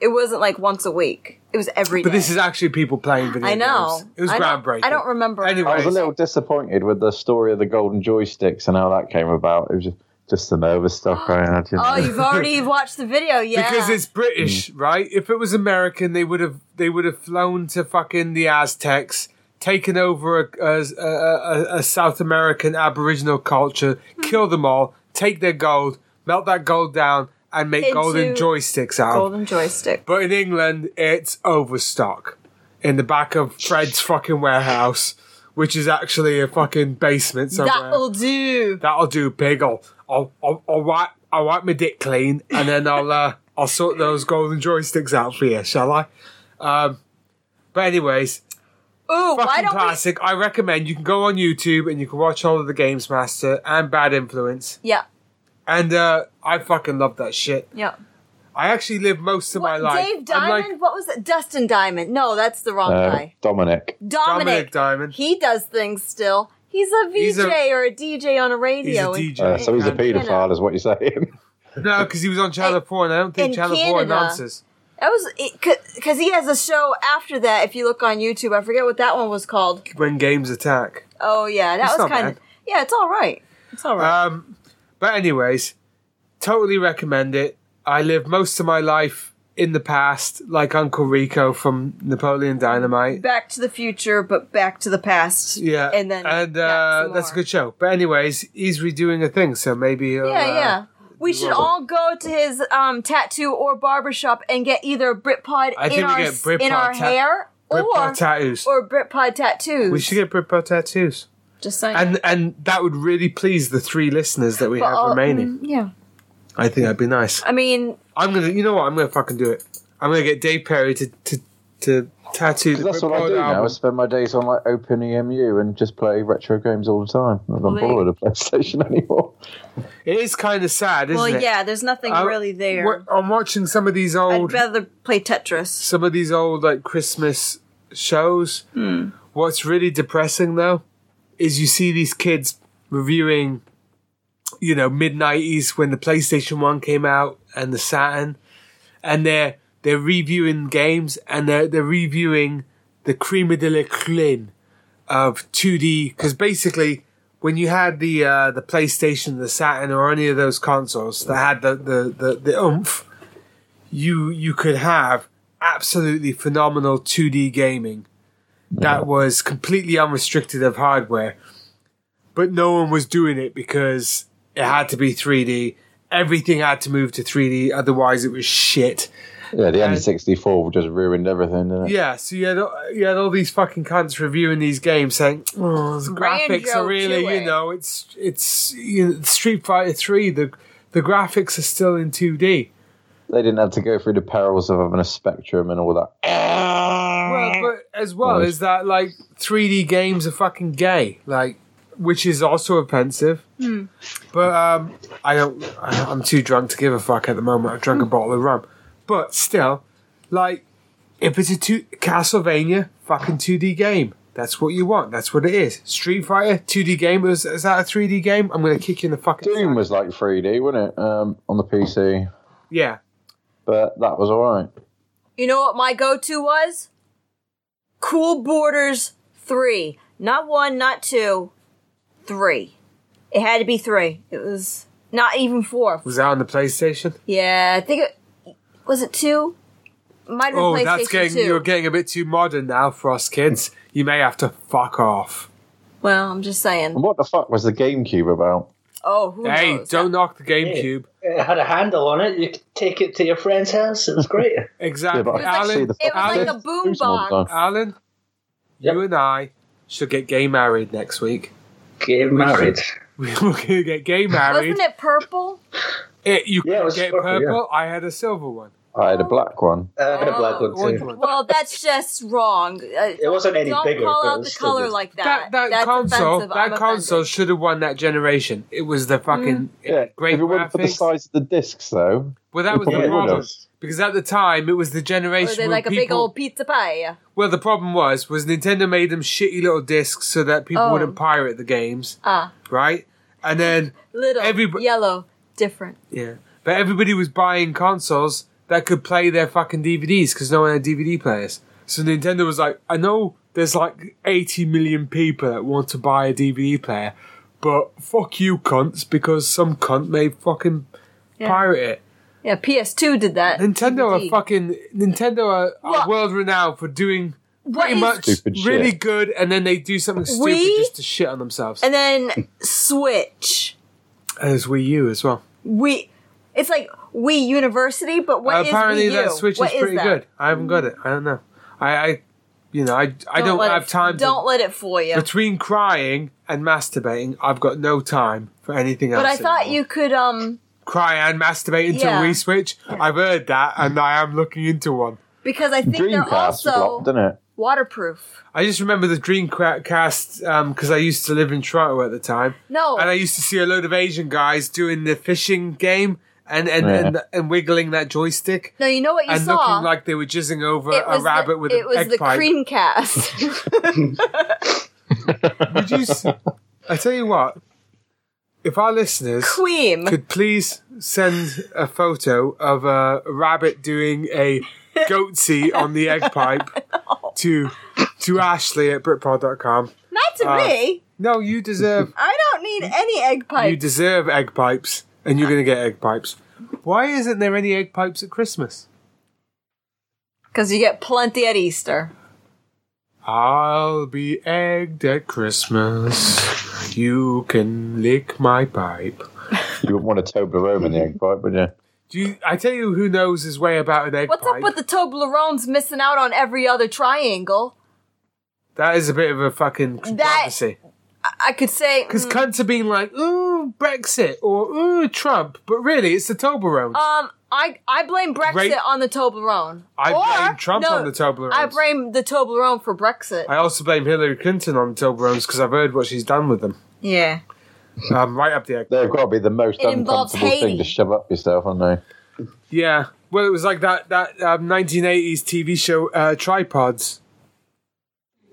C: It wasn't like once a week. It was every day.
A: But this is actually people playing video
C: I know.
A: games. It was
C: I don't-
A: groundbreaking.
C: I don't remember.
D: I was a
A: Anyway,
D: little disappointed with the story of the golden joysticks and how that came about. It was just, just some overstock. I had.
C: Oh,
A: *laughs*
C: you've already watched the video, yeah?
A: because it's British, right? If it was American, they would have they would have flown to fucking the Aztecs, taken over a, a, a, a, a South American Aboriginal culture,
C: Hmm.
A: kill them all, take their gold, melt that gold down, and make golden
C: Into
A: joysticks out. of
C: golden joystick.
A: But in England, it's overstock in the back of Fred's fucking warehouse, which is actually a fucking basement somewhere.
C: That'll do.
A: That'll do, pig. I'll, I'll, I'll, I'll wipe, I'll wipe my dick clean, and then I'll, uh, I'll sort those golden joysticks out for you, shall I? Um, but anyways,
C: Ooh, why
A: fucking
C: don't
A: classic. I recommend you can go on YouTube and you can watch all of the Games Master and Bad Influence.
C: we? Yeah,
A: And uh, I fucking love that shit.
C: yeah.
A: I actually live most of my
C: What,
A: life.
C: Dave
A: I'm
C: Diamond?
A: like-
C: what was it? Dustin Diamond? No, that's the wrong
D: Uh,
C: guy.
D: Dominic.
C: Dominic.
A: Dominic Diamond.
C: He does things still. He's a VJ
A: He's a-
C: or a DJ on a
A: he's a
C: radio. in-
A: DJ.
D: Uh, so he's a
A: And-
D: paedophile, is what you're saying. *laughs*
A: No, because he was on Channel
C: Hey,
A: 4, and I don't think
C: in
A: Channel 4
C: Canada-
A: announces.
C: That was because he has a show after that. If you look on YouTube, I forget what that one was called.
A: When games attack.
C: Oh yeah, that
A: It's not
C: was kind of
A: bad.
C: yeah. It's all right. It's all right.
A: Um, but anyways, totally recommend it. I live most of my life in the past, like Uncle Rico from Napoleon Dynamite.
C: back to the future, but back to the past.
A: Yeah,
C: and then
A: and
C: yeah,
A: uh,
C: some
A: that's a
C: more.
A: good show. But anyways, he's redoing a thing, so maybe he'll,
C: Yeah,
A: uh,
C: yeah. We should all go to his um, tattoo or barbershop and get either Britpod
A: I think
C: in
A: we
C: our
A: get
C: s-
A: Britpod
C: in our
A: ta-
C: hair or
A: Britpod tattoos.
C: or Britpod tattoos.
A: we should get Britpod tattoos,
C: just saying.
A: and and that would really please the three listeners that we
C: But
A: have
C: all-
A: remaining.
C: mm, yeah,
A: I think that'd be nice.
C: I mean,
A: I'm gonna. You know what? I'm gonna fucking do it. I'm gonna get Dave Perry to to to tattoo. The
D: That's what I
A: Britpod
D: do now. I
A: album.
D: spend my days on like OpenEMU and just play retro games all the time. I'm not
C: there
D: bored of *laughs* PlayStation anymore.
A: It is kind of sad, isn't
C: well,
A: it?
C: yeah. There's nothing
A: I-
C: really there.
A: Wa- I'm watching some of these
C: I'd
A: old
C: rather play Tetris.
A: some of these old like Christmas shows. What's really depressing though is you see these kids reviewing, you know, mid '90s when the PlayStation One came out and the Saturn, and they're they're reviewing games and they're they're reviewing the cream de la crème of 2D because basically. When you had the uh, the PlayStation, the Saturn, or any of those consoles that had the the the, the oomph, you you could have absolutely phenomenal 2D gaming that was completely unrestricted of hardware, but no one was doing it because it had to be 3D. Everything had to move to 3D, otherwise it was shit.
D: Yeah, the N64 just ruined everything, didn't it?
A: Yeah, so you had you had all these fucking cunts reviewing these games saying, "Oh, the graphics
C: Joe
A: are really,
C: Chewy."
A: you know, it's it's you know, Street Fighter 3, the the graphics are still in 2D."
D: They didn't have to go through the perils of having a Spectrum and all that.
A: Well, but as well is that like 3D games are fucking gay, like which is also offensive.
C: Hmm.
A: But um, I don't. I, I'm too drunk to give a fuck at the moment. I've drunk a
C: Hmm.
A: bottle of rum, but still, like if it's a two Castlevania fucking 2D game, that's what you want. That's what it is. Street Fighter 2D game is, is that a 3D game? I'm gonna kick you in the fucking
D: Doom was like 3D, wasn't it? Um, on the PC,
A: yeah.
D: but that was all right.
C: You know what my go-to was? Cool Borders three, not one, not two, three. It had to be three. It was not even four.
A: Was that on the PlayStation?
C: Yeah, I think it was it two. Might have been
A: Oh,
C: PlayStation
A: that's getting
C: two.
A: you're getting a bit too modern now for us kids. You may have to fuck off.
C: Well, I'm just saying.
D: And what the fuck was the GameCube about?
C: Oh, who
A: Hey,
C: knows?
A: don't knock the GameCube.
G: It had a handle on it. You could take it to your friend's house. It was great.
A: Exactly.
D: but I can't see
A: Alan,
D: the fucking
C: it was
A: Alan,
C: like a boom
D: Doom's all the
C: box.
D: time.
A: Alan,
G: Yep.
A: you and I should get gay married next week. *laughs*
G: Get married.
A: We were going to get gay married.
C: Wasn't it purple?
A: It- you
G: Yeah, it
A: could
G: was
A: get
G: purple, yeah.
A: purple. I had a silver one.
D: I had a black one.
G: I had a black one
A: Orange
G: too.
A: one.
C: Well, that's just wrong. It
G: wasn't any
C: don't
G: bigger,
C: call
G: but it
C: out
G: was
C: the
G: still
C: color
G: good.
C: like
A: That,
C: that.
A: that
C: that's
A: console,
C: offensive.
A: that
C: I'm
A: console
C: offended. Mm.
A: should have won that generation. It was the fucking
D: Yeah,
A: great
D: if it weren't for the
A: graphics.
D: size of the discs, though.
A: well, that was
D: Yeah,
A: the
D: it
A: problem
D: was.
A: because at the time it was the
C: Or
A: generation.
C: they
A: where
C: like a big
A: people-
C: old pizza pie.
A: Well, the problem was was Nintendo made them shitty little discs so that people
C: Oh.
A: wouldn't pirate the games,
C: Ah,
A: right? And then
C: little,
A: Everybo-
C: yellow, different.
A: Yeah. But everybody was buying consoles that could play their fucking DVDs because no one had DVD players. So Nintendo was like, I know there's like 80 million people that want to buy a DVD player, but fuck you cunts because some cunt may fucking pirate it.
C: Yeah, PS2 did that.
A: Nintendo
C: DVD.
A: are fucking Nintendo are,
C: What-
A: are world renowned for doing
C: What
A: pretty
C: is-
A: much
D: Stupid shit.
A: really good and then they do something stupid
C: Wii?
A: just to shit on themselves.
C: And then Switch.
A: As Wii U as well.
C: We. It's like we University, but what is
A: apparently
C: Wii U?
A: that switch
C: What
A: is pretty
C: that?
A: good. I haven't got it. I don't know. I, I you know, I I don't,
C: let
A: have
C: it,
A: time.
C: Don't
A: to,
C: let it fool you.
A: between crying and masturbating, I've got no time for anything else.
C: But I thought
A: anymore.
C: you could um
A: cry and masturbate into
C: Yeah.
A: a Wii Switch. I've heard that, and I am looking into one.
C: because I think they're
D: Dreamcast
C: also
D: flop, didn't it?
C: waterproof.
A: I just remember the Dreamcast because I used to live in Toronto at the time,
C: No,
A: and I used to see a load of Asian guys doing the fishing game and and
D: Yeah.
A: and, and wiggling that joystick
C: no, you know what you
A: and
C: saw.
A: looking like they were jizzing over
C: it
A: a
C: was
A: rabbit
C: the,
A: with
C: it
A: an
C: was
A: egg
C: the
A: pipe.
C: cream cast.
A: *laughs*
C: *laughs*
A: Would you? s- I tell you what, if our listeners
C: Queen.
A: could please send a photo of a rabbit doing a goatsy on the egg
C: *laughs*
A: pipe to to Ashley at britpod.com.
C: Not to me.
A: No, you deserve
C: I don't need any egg
A: Uh, you
C: pipes.
A: deserve egg pipes, and you're gonna get egg pipes. Why isn't there any egg pipes at Christmas?
C: Because you get plenty at Easter.
A: I'll be egged at Christmas. You can lick my pipe.
D: You wouldn't want a Toblerone in the
C: *laughs*
D: egg pipe, would you?
A: Do you, I tell you who knows his way about an egg
C: What's
A: pipe?
C: up with the Toblerones missing out on every other triangle?
A: that is a bit of a fucking controversy.
C: I could say.
A: Because
C: mm,
A: cunts are being like, ooh, Brexit or ooh, Trump, but really it's the Toblerone.
C: um, I, I blame Brexit
A: Right.
C: on the Toblerone.
A: I
C: Or-
A: blame Trump
C: no,
A: on the Toblerone.
C: I blame the Toblerone for Brexit.
A: I also blame Hillary Clinton on the Toblerones because I've heard what she's done with them.
C: yeah.
A: Um, right up the egg.
D: They've got to be the most
C: It involves
D: uncomfortable
C: Haiti.
D: thing to shove up yourself, aren't they?
A: Yeah. Well, it was like that that um, 1980s TV show uh, Tripods.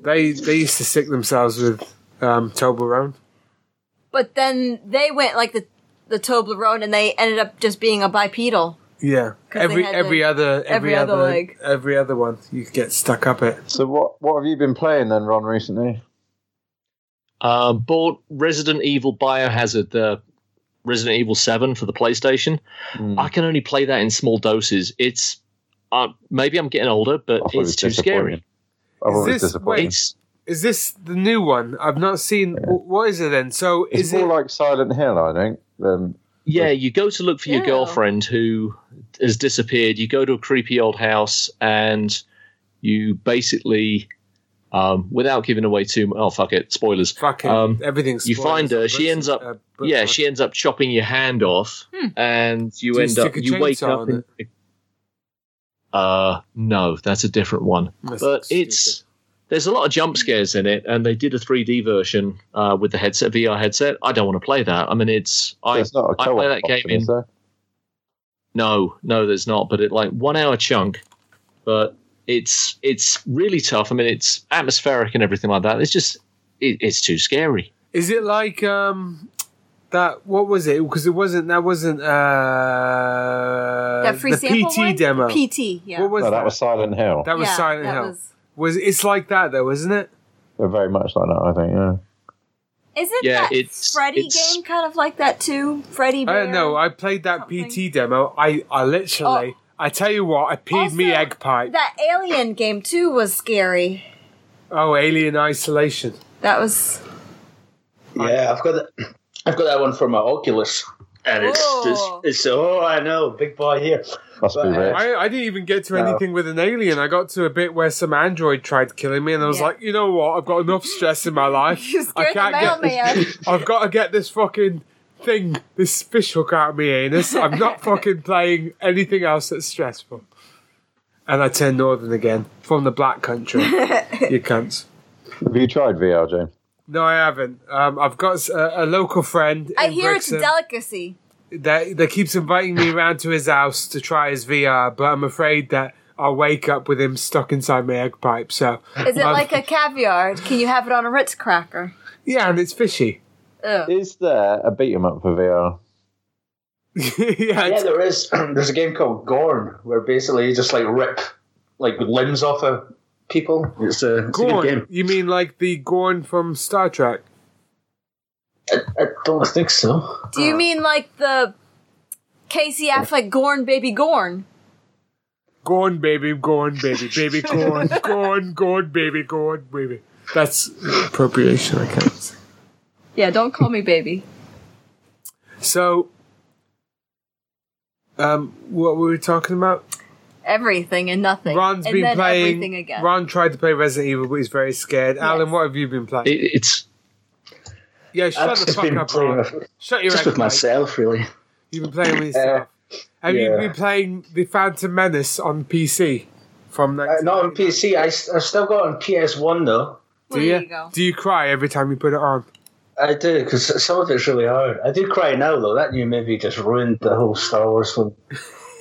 A: They they used to stick themselves with um, Toblerone.
C: But then they went like the the Toblerone, and they ended up just being a bipedal.
A: Yeah.
C: 'Cause they
A: Every
C: had
A: every
C: the-
A: other every,
C: every other
A: other
C: leg.
A: every other one you could get stuck up it.
D: So what what have you been playing then, Ron, recently?
E: Uh, bought Resident Evil Biohazard, the Resident Evil 7 for the PlayStation.
A: Hmm.
E: I can only play that in small doses. It's. Uh, maybe I'm getting older, but
D: I thought it
E: it's
D: was
E: too scary.
D: disappointing. I thought it
A: this-
D: was disappointing.
A: wait,
E: It's
A: Is this the new one? I've not seen. wh- What is it then? So
D: It's
A: is
D: more
A: it?
D: like Silent Hill, I think. Um,
E: Yeah, you go to look for your
C: Yeah.
E: girlfriend who has disappeared. You go to a creepy old house and you basically, um, without giving away too much, oh, fuck it, spoilers.
A: fucking
E: Um,
A: everything's.
E: you find her. She ends
A: Uh,
E: up- yeah, she ends up chopping your hand off
D: Hmm.
E: and you
A: Do you
E: end up,
A: stick a
E: you wake
A: chainsaw
E: up
A: on
E: in. Uh, no, that's a different one.
A: That's
E: but it's.
A: stupid.
E: There's a lot of jump scares in it, and they did a 3D version uh, with the headset, VR headset. I don't want to play that. I mean, it's
D: so
E: I,
D: it's not a
E: I
D: co-op
E: play that game
D: option,
E: in
D: is there?
E: No, no, there's not. But it like one hour chunk, but it's it's really tough. I mean, it's atmospheric and everything like that. It's just it, it's too scary.
A: Is it like um that? What was it? Because it wasn't. That wasn't uh
C: That free
A: the
C: sample
A: PT
C: one?
A: demo.
C: PT, yeah.
A: What was
D: No,
A: that?
D: that was Silent Hill.
A: that was
C: Yeah,
A: Silent
C: that
A: Hill. Was...
C: was-
A: it's like that though, isn't it?
D: They're very much like that, I think. Yeah.
C: Isn't
E: Yeah,
C: that
E: it's-
C: Freddy
E: it's-
C: game kind of like that too? Freddy.
A: I
C: Bear?
A: don't know. I played that PT demo. I I literally. I tell you what. I peed me
C: Oh. Also,
A: egg pipe.
C: That Alien game too was scary.
A: Oh, Alien Isolation.
C: That was. *laughs*
G: Yeah, I've got that. I've got that one for my Oculus, and it's it's,
C: Oh.
G: it's oh I know, big boy here.
D: Must be
G: But, uh,
D: rich.
A: I, I didn't even get to
G: No.
A: anything with an alien. I got to a bit where some android tried killing me, and I was
C: Yeah.
A: like, you know what? I've got enough stress in my
C: *laughs*
A: life.
C: You scared
A: I can't
C: the
A: get. *laughs*
C: mailman.
A: This, I've got to get this fucking thing, this fish hook out of me anus. I'm
C: *laughs*
A: not fucking playing anything else that's stressful. And I turned northern again from the black
C: *laughs*
A: country. you cunts.
D: Have you tried VR, James?
A: No, I haven't. Um, I've got a, a local friend.
C: I
A: in
C: hear it's a
A: Brixham
C: delicacy.
A: that that keeps inviting me around to his house to try his VR, but I'm afraid that I'll wake up with him stuck inside my egg pipe. So
C: Is it
A: Um,
C: like a caviar? Can you have it on a Ritz cracker?
A: yeah, and it's fishy. *laughs*
C: Ugh.
D: Is there a beat 'em up for VR?
A: yeah,
G: Yeah,
A: it's-
G: there is. *clears throat* There's a game called Gorn where basically you just like rip like limbs off of people. It's a, it's a good
A: Gorn.
G: game.
A: You mean like the Gorn from Star Trek?
G: I don't think so.
A: Uh.
C: Do you mean like the Casey Affleck Gorn Baby Gorn?
A: Gorn, baby, Gorn, baby,
C: *laughs*
A: baby, Gorn, Gorn, Gorn, baby, Gorn, baby. That's appropriation. I can't.
C: Yeah, don't call me baby.
A: So, um, what were we talking about?
C: Everything and nothing.
A: Ron's
C: and
A: been
C: then everything
A: playing.
C: again.
A: Ron tried to play Resident Evil, but he's very scared. Alan, what have you been playing?
E: It, it's
A: yeah, shut
G: I've
A: the
G: just
A: fuck
G: been
A: up,
G: playing
A: Ron.
G: with,
A: Shut your
G: just with
A: egg pipe.
G: myself, really.
A: You've been playing with yourself. have you
G: yeah.
A: been playing the Phantom Menace on PC? from
G: Uh,
A: like
G: not on PC. I, s- I still got it on PS1 though.
A: do
C: There
A: you?
C: you go.
A: do you cry every time you put it on?
G: I do because some of it's really hard. I do cry now though. That new movie just ruined the whole Star Wars film.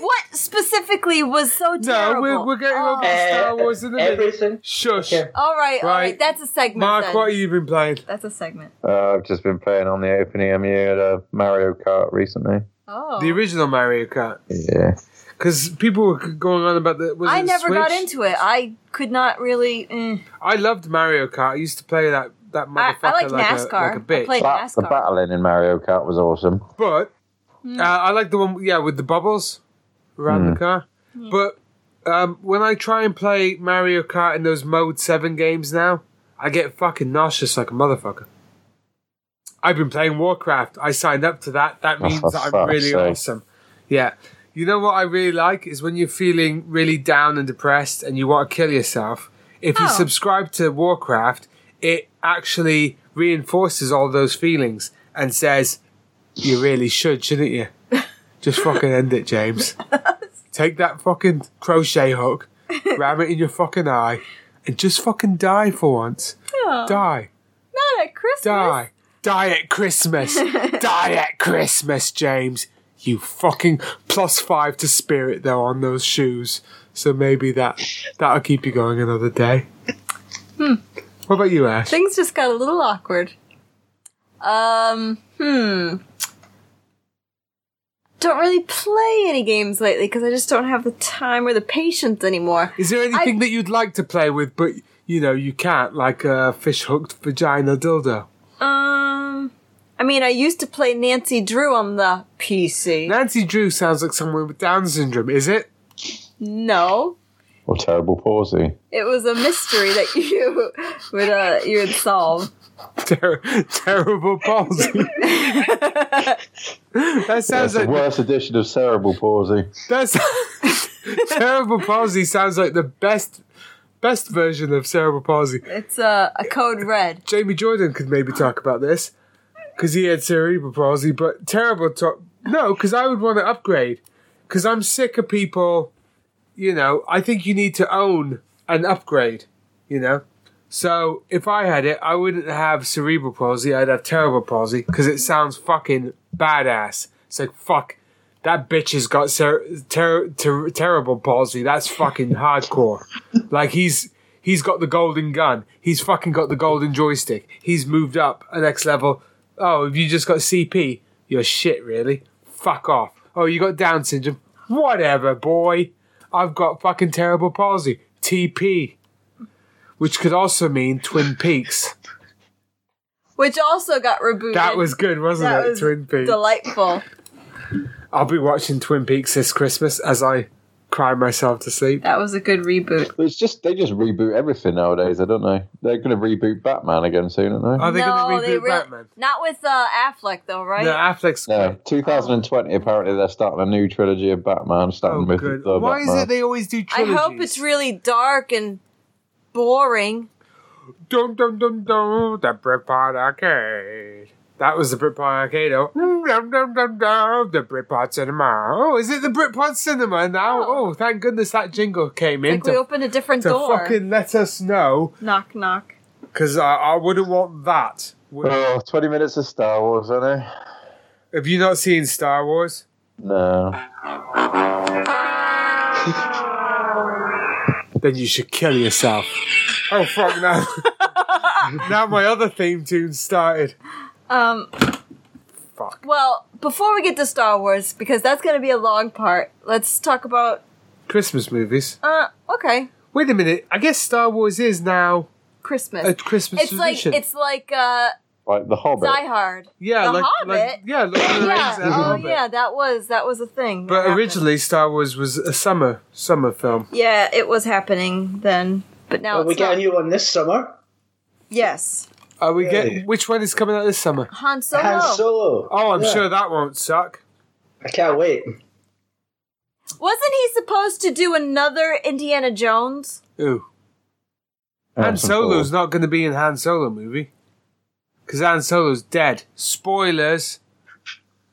C: What specifically was so terrible?
A: No, we're, we're getting
C: oh.
A: over to Star
G: Eh,
A: Wars in a minute.
G: Everything.
A: Shush.
G: Okay.
C: All right, all
A: Right.
C: right. That's a segment.
A: Mark,
C: then.
A: what have you been playing?
C: That's a segment.
D: Uh, I've just been playing on the open EMU at uh, Mario Kart recently.
C: Oh,
A: The original Mario Kart.
D: Yeah.
A: Because people were going on about the. Was
C: I
A: it
C: never
A: Switch?
C: got into it. I could not really. Mm.
A: I loved Mario Kart. I used to play that that
C: I-
A: motherfucker
C: I like
A: like, A,
C: NASCAR.
A: like a
C: I
A: bitch.
C: played-
D: Ba- the
C: NASCAR.
D: battling in Mario Kart was awesome.
A: But
C: Hmm.
A: uh, I like the one, yeah, with the bubbles around the car. Hmm. But um, when I try and play Mario Kart in those Mode Seven games now, I get fucking nauseous like a motherfucker. I've been playing Warcraft. I signed up to that. That
D: Oh,
A: means
D: for
A: that I'm
D: fuck's
A: really
D: sake.
A: awesome. Yeah. You know what I really like is when you're feeling really down and depressed and you want to kill yourself. If you
C: Oh.
A: subscribe to Warcraft, it actually reinforces all those feelings and says, "You really should, shouldn't you? Just fucking end it, James. Take that fucking crochet hook, ram it in your fucking eye, and just fucking die for once. Die."
C: Not at Christmas.
A: die. Die at Christmas. die at Christmas, James. You fucking plus five to spirit though on those shoes. So maybe that that'll keep you going another day. What about you, Ash?
C: Things just got a little awkward. Um, hmm. Don't really play any games lately because I just don't have the time or the patience anymore.
A: Is there anything that you'd like to play with, but you know you can't, like a fish hooked vagina dildo?
C: Um, I mean, I used to play Nancy Drew on the PC.
A: Nancy Drew sounds like someone with Down syndrome. Is it?
C: No,
D: Or terrible palsy.
C: it was a mystery that *laughs* you would uh you would solve.
A: Ter- terrible palsy. that sounds
D: That's the
A: like
D: worst edition of cerebral palsy.
A: That's *laughs* cerebral palsy sounds like the best best version of cerebral palsy.
C: It's uh, a code red.
A: Jamie Jordan could maybe talk about this because he had cerebral palsy, but terrible talk. No, because I would want to upgrade because I'm sick of people. You know, I think you need to own an upgrade. You know, so if I had it, I wouldn't have cerebral palsy. I'd have terrible palsy because it sounds fucking badass. It's like fuck. That bitch has got cer- ter- ter- terrible palsy. That's fucking hardcore. Like he's he's got the golden gun. He's fucking got the golden joystick. He's moved up a next level. Oh, have you just got CP? You're shit, really. Fuck off. Oh, you got Down syndrome. Whatever, boy. I've got fucking terrible palsy. TP, which could also mean Twin Peaks.
C: which also got rebooted.
A: That was good, wasn't
C: That
A: it?
C: was
A: Twin Peaks.
C: delightful.
A: I'll be watching Twin Peaks this Christmas as I cry myself to sleep.
C: That was a good reboot.
D: But It's just they just reboot everything nowadays. I don't know. They're going to reboot Batman again soon, aren't they?
A: Are they going to reboot
C: rea-
A: Batman?
C: Not with uh, Affleck though, right?
A: No, Affleck's
D: no, 2020. Apparently, they're starting a new trilogy of Batman, starting
A: Oh,
D: with
A: good.
D: the
A: Why
D: Batman.
A: is it they always do
C: I
A: trilogies?
C: hope it's really dark and boring.
A: Dun, dun, dun, dun, the Britpod Arcade. That was the Britpod Arcade. Oh, dun, dun, dun, dun, the Britpod Cinema. Oh, is it the Britpod Cinema now? Oh, thank goodness that jingle came in
C: Like we
A: to,
C: opened a different
A: to
C: door.
A: fucking let us know
C: Knock knock.
A: because I, I wouldn't want that. Would-
D: Oh, 20 minutes of Star Wars, aren't they?
A: Have you not seen Star Wars?
D: No.
A: Then you should kill yourself. oh, fuck, now. *laughs* now my other theme tune started.
C: Um.
A: Fuck.
C: Well, before we get to Star Wars, because that's going to be a long part, let's talk about.
A: Christmas movies.
C: Uh, okay,
A: Wait a minute. I guess Star Wars is now
C: Christmas.
A: a Christmas
C: it's like
A: tradition.
C: it's like uh,
D: Like The Hobbit.
C: Die Hard.
A: Yeah,
C: The
A: like, like
C: Hobbit?
A: yeah, Lord of the
C: Yeah.
A: Rings and
C: Oh
A: Hobbit.
C: yeah, that was that was a thing. that
A: But
C: happened.
A: originally, Star Wars was a summer summer film.
C: Yeah, it was happening then, but now
G: Well,
C: it's
G: we get
C: not.
G: a new one this summer.
C: yes,
A: Are we
G: Really?
A: get which one is coming out this summer?
C: Han Solo.
G: Han Solo.
A: Oh, I'm
G: Yeah.
A: sure that won't suck.
G: I can't wait.
C: Wasn't he supposed to do another Indiana Jones?
A: Ooh, Han
D: Harrison
A: Solo's
D: Ford.
A: not going to be in Han Solo movie because Han Solo's dead. Spoilers.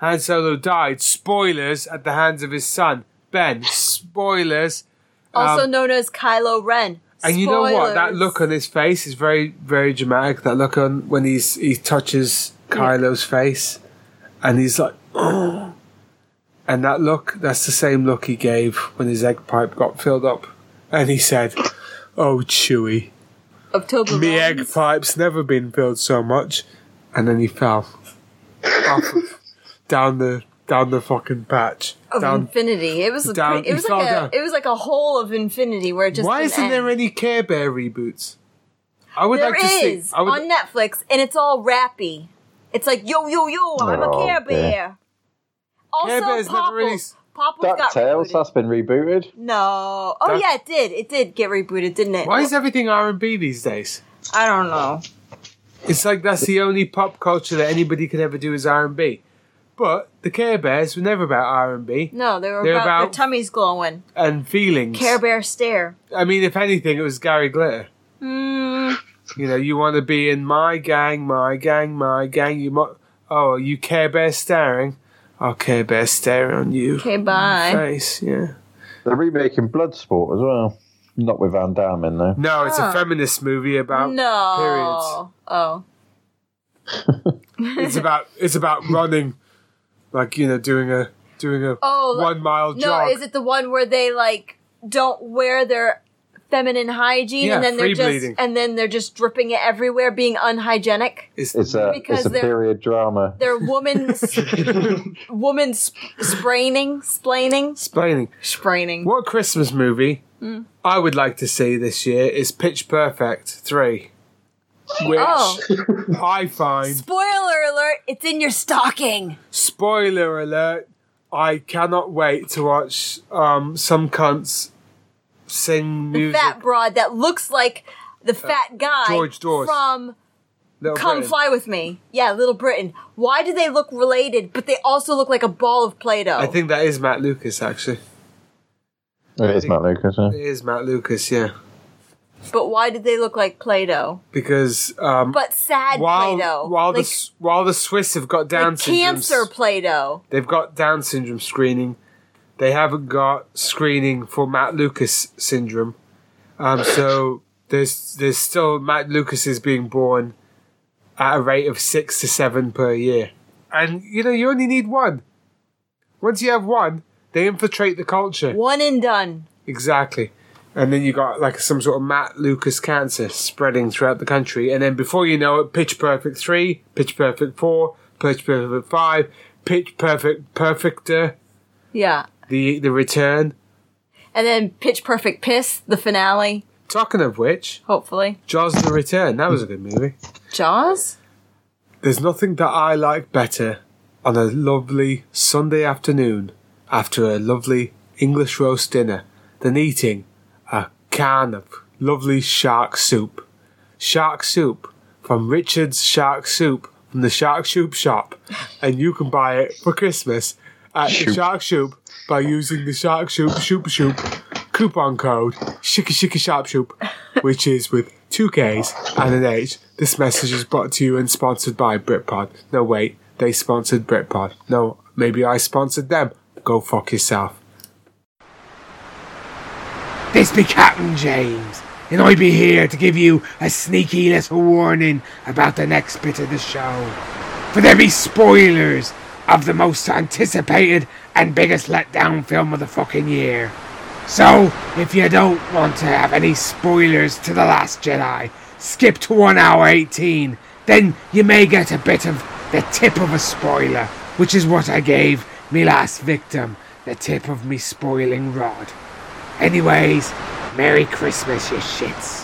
A: Han Solo died. Spoilers at the hands of his son Ben. Spoilers.
C: also known as Kylo Ren.
A: Um, And you know what? That
C: Spoilers.
A: look on his face is very, very dramatic. That look on when he's he touches Kylo's face, and he's like, "Oh." and that look. That's the same look he gave when his egg pipe got filled up, and he said, "Oh, Chewie,
C: of Toblerone.
A: me egg pipe's never been filled so much," and then he fell off
C: *laughs*
A: down the down the fucking patch
C: of
A: down.
C: infinity. It was a
A: down-
C: pretty, it
A: you
C: was
A: fell
C: like a
A: down.
C: it was like a hole of infinity where it just
A: Why
C: didn't
A: isn't there
C: end.
A: any Care Bear reboots? I would
C: There
A: like to see.
C: is
A: I would,
C: on Netflix, and it's all rappy. It's like yo yo yo, I'm
D: Oh,
C: a Care
D: okay.
C: Bear. Also,
A: Care Bear's never
C: Popple.
A: really-
C: Popple got
D: DuckTales,
C: rebooted.
D: that's been rebooted.
C: No, oh
A: Duck-
C: yeah, it did. It did get rebooted, didn't it?
A: why is everything R and B these days?
C: I don't know.
A: It's like that's the only pop culture that anybody could ever do is R and B. But the Care Bears were never about R and B
C: No, they were
A: They're
C: about,
A: about-
C: their tummies glowing.
A: and feelings.
C: Care Bear stare.
A: I mean, if anything, it was Gary Glitter. Hmm.
C: Mm,
A: You know, you want to be in my gang, my gang, my gang. You mo- oh, are you Care Bear staring? Oh, Care Bear staring on you.
C: okay, bye.
A: Face, yeah.
D: They're remaking Bloodsport as well. Not with Van Damme in there.
A: No, it's a feminist movie about
C: Ah. No.
A: periods.
C: Oh.
A: It's about it's
C: *laughs*
A: about running, like you know, doing a doing a
C: Oh,
A: one mile
C: No,
A: jog.
C: is it the one where they like don't wear their feminine hygiene
A: Yeah,
C: and then they're
A: free
C: just
A: bleeding.
C: and then they're just dripping it everywhere, being unhygienic?
A: It's-
D: It's a
C: Because
D: it's a
C: they're-
D: period drama.
C: They're woman woman sp- spraining, splaining,
A: explaining.
C: spraining.
A: What Christmas movie I would like to see this year is Pitch Perfect 3, which
C: Oh,
A: *laughs* I find,
C: spoiler alert! It's in your stocking.
A: spoiler alert, I cannot wait to watch um, some cunts sing
C: The
A: music. Uh,
C: fat broad that looks like the fat guy
A: George Dawes.
C: from
A: Little
C: Come
A: Britain.
C: Fly with Me. Yeah, Little Britain. Why do they look related? But they also look like a ball of Play-Doh.
A: I think that is Matt Lucas, actually.
D: It is Matt Lucas. huh?
A: It is Matt Lucas, yeah.
C: But why did they look like Play-Doh?
A: Because um,
C: But sad
A: while,
C: Play-Doh.
A: while, the,
C: like,
A: S- while the Swiss have got Down
C: like
A: syndrome,
C: cancer Play-Doh.
A: They've got Down syndrome screening. They haven't got screening for Matt Lucas syndrome. Um, so there's there's still Matt Lucas is being born at a rate of six to seven per year, and you know you only need one. Once you have one, they infiltrate the culture
C: One and done.
A: exactly, and then you got like some sort of Matt Lucas cancer spreading throughout the country, and then before you know it, Pitch Perfect three, Pitch Perfect four, Pitch Perfect five, Pitch Perfect Perfecter
C: Yeah.
A: the the return.
C: And then Pitch Perfect Piss, the finale,
A: Talking of which,
C: hopefully.
A: Jaws the Return. That was a good movie.
C: Jaws?
A: There's nothing that I like better on a lovely Sunday afternoon after a lovely English roast dinner than eating a can of lovely shark soup. Shark soup from Richard's Shark Soup from the Shark Soup Shop, and you can buy it for Christmas at the Shark Soup by using the Shark Soup Soup Soup coupon code Shiki Shiki Sharp Soup, which is with two Ks and an H. This message is brought to you and sponsored by Britpod. No, wait, they sponsored Britpod. No, maybe I sponsored them. Go fuck yourself.
H: This be Captain James, and I be here to give you a sneaky little warning about the next bit of the show. For there be spoilers of the most anticipated and biggest letdown film of the fucking year. So, if you don't want to have any spoilers to The Last Jedi, skip to 1 hour 18. Then you may get a bit of the tip of a spoiler, which is what I gave me last victim, the tip of me spoiling rod. Anyways, Merry Christmas, you shits.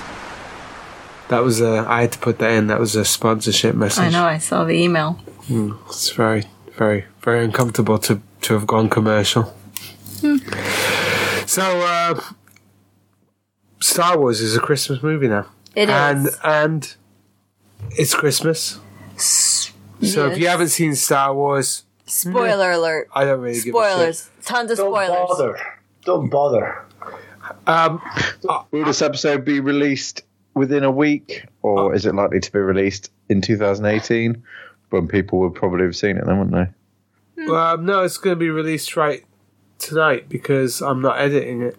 A: That was a. I had to put that in. That was a sponsorship message.
C: I know, I saw the email.
A: It's very, very, very uncomfortable to to have gone commercial. So, uh, Star Wars is a Christmas movie now,
C: It is.
A: and and it's Christmas. So if you
C: Yes.
A: haven't seen Star Wars,
C: Spoiler alert.
A: I don't really give a shit.
C: Spoilers. Tons of
G: Don't
C: spoilers.
G: bother. Don't bother.
D: Will this episode be released within a week, or is it likely to be released in 2018 when people would probably have seen it then, wouldn't they?
C: Hmm.
A: Um, no, it's going to be released right tonight because I'm not editing it.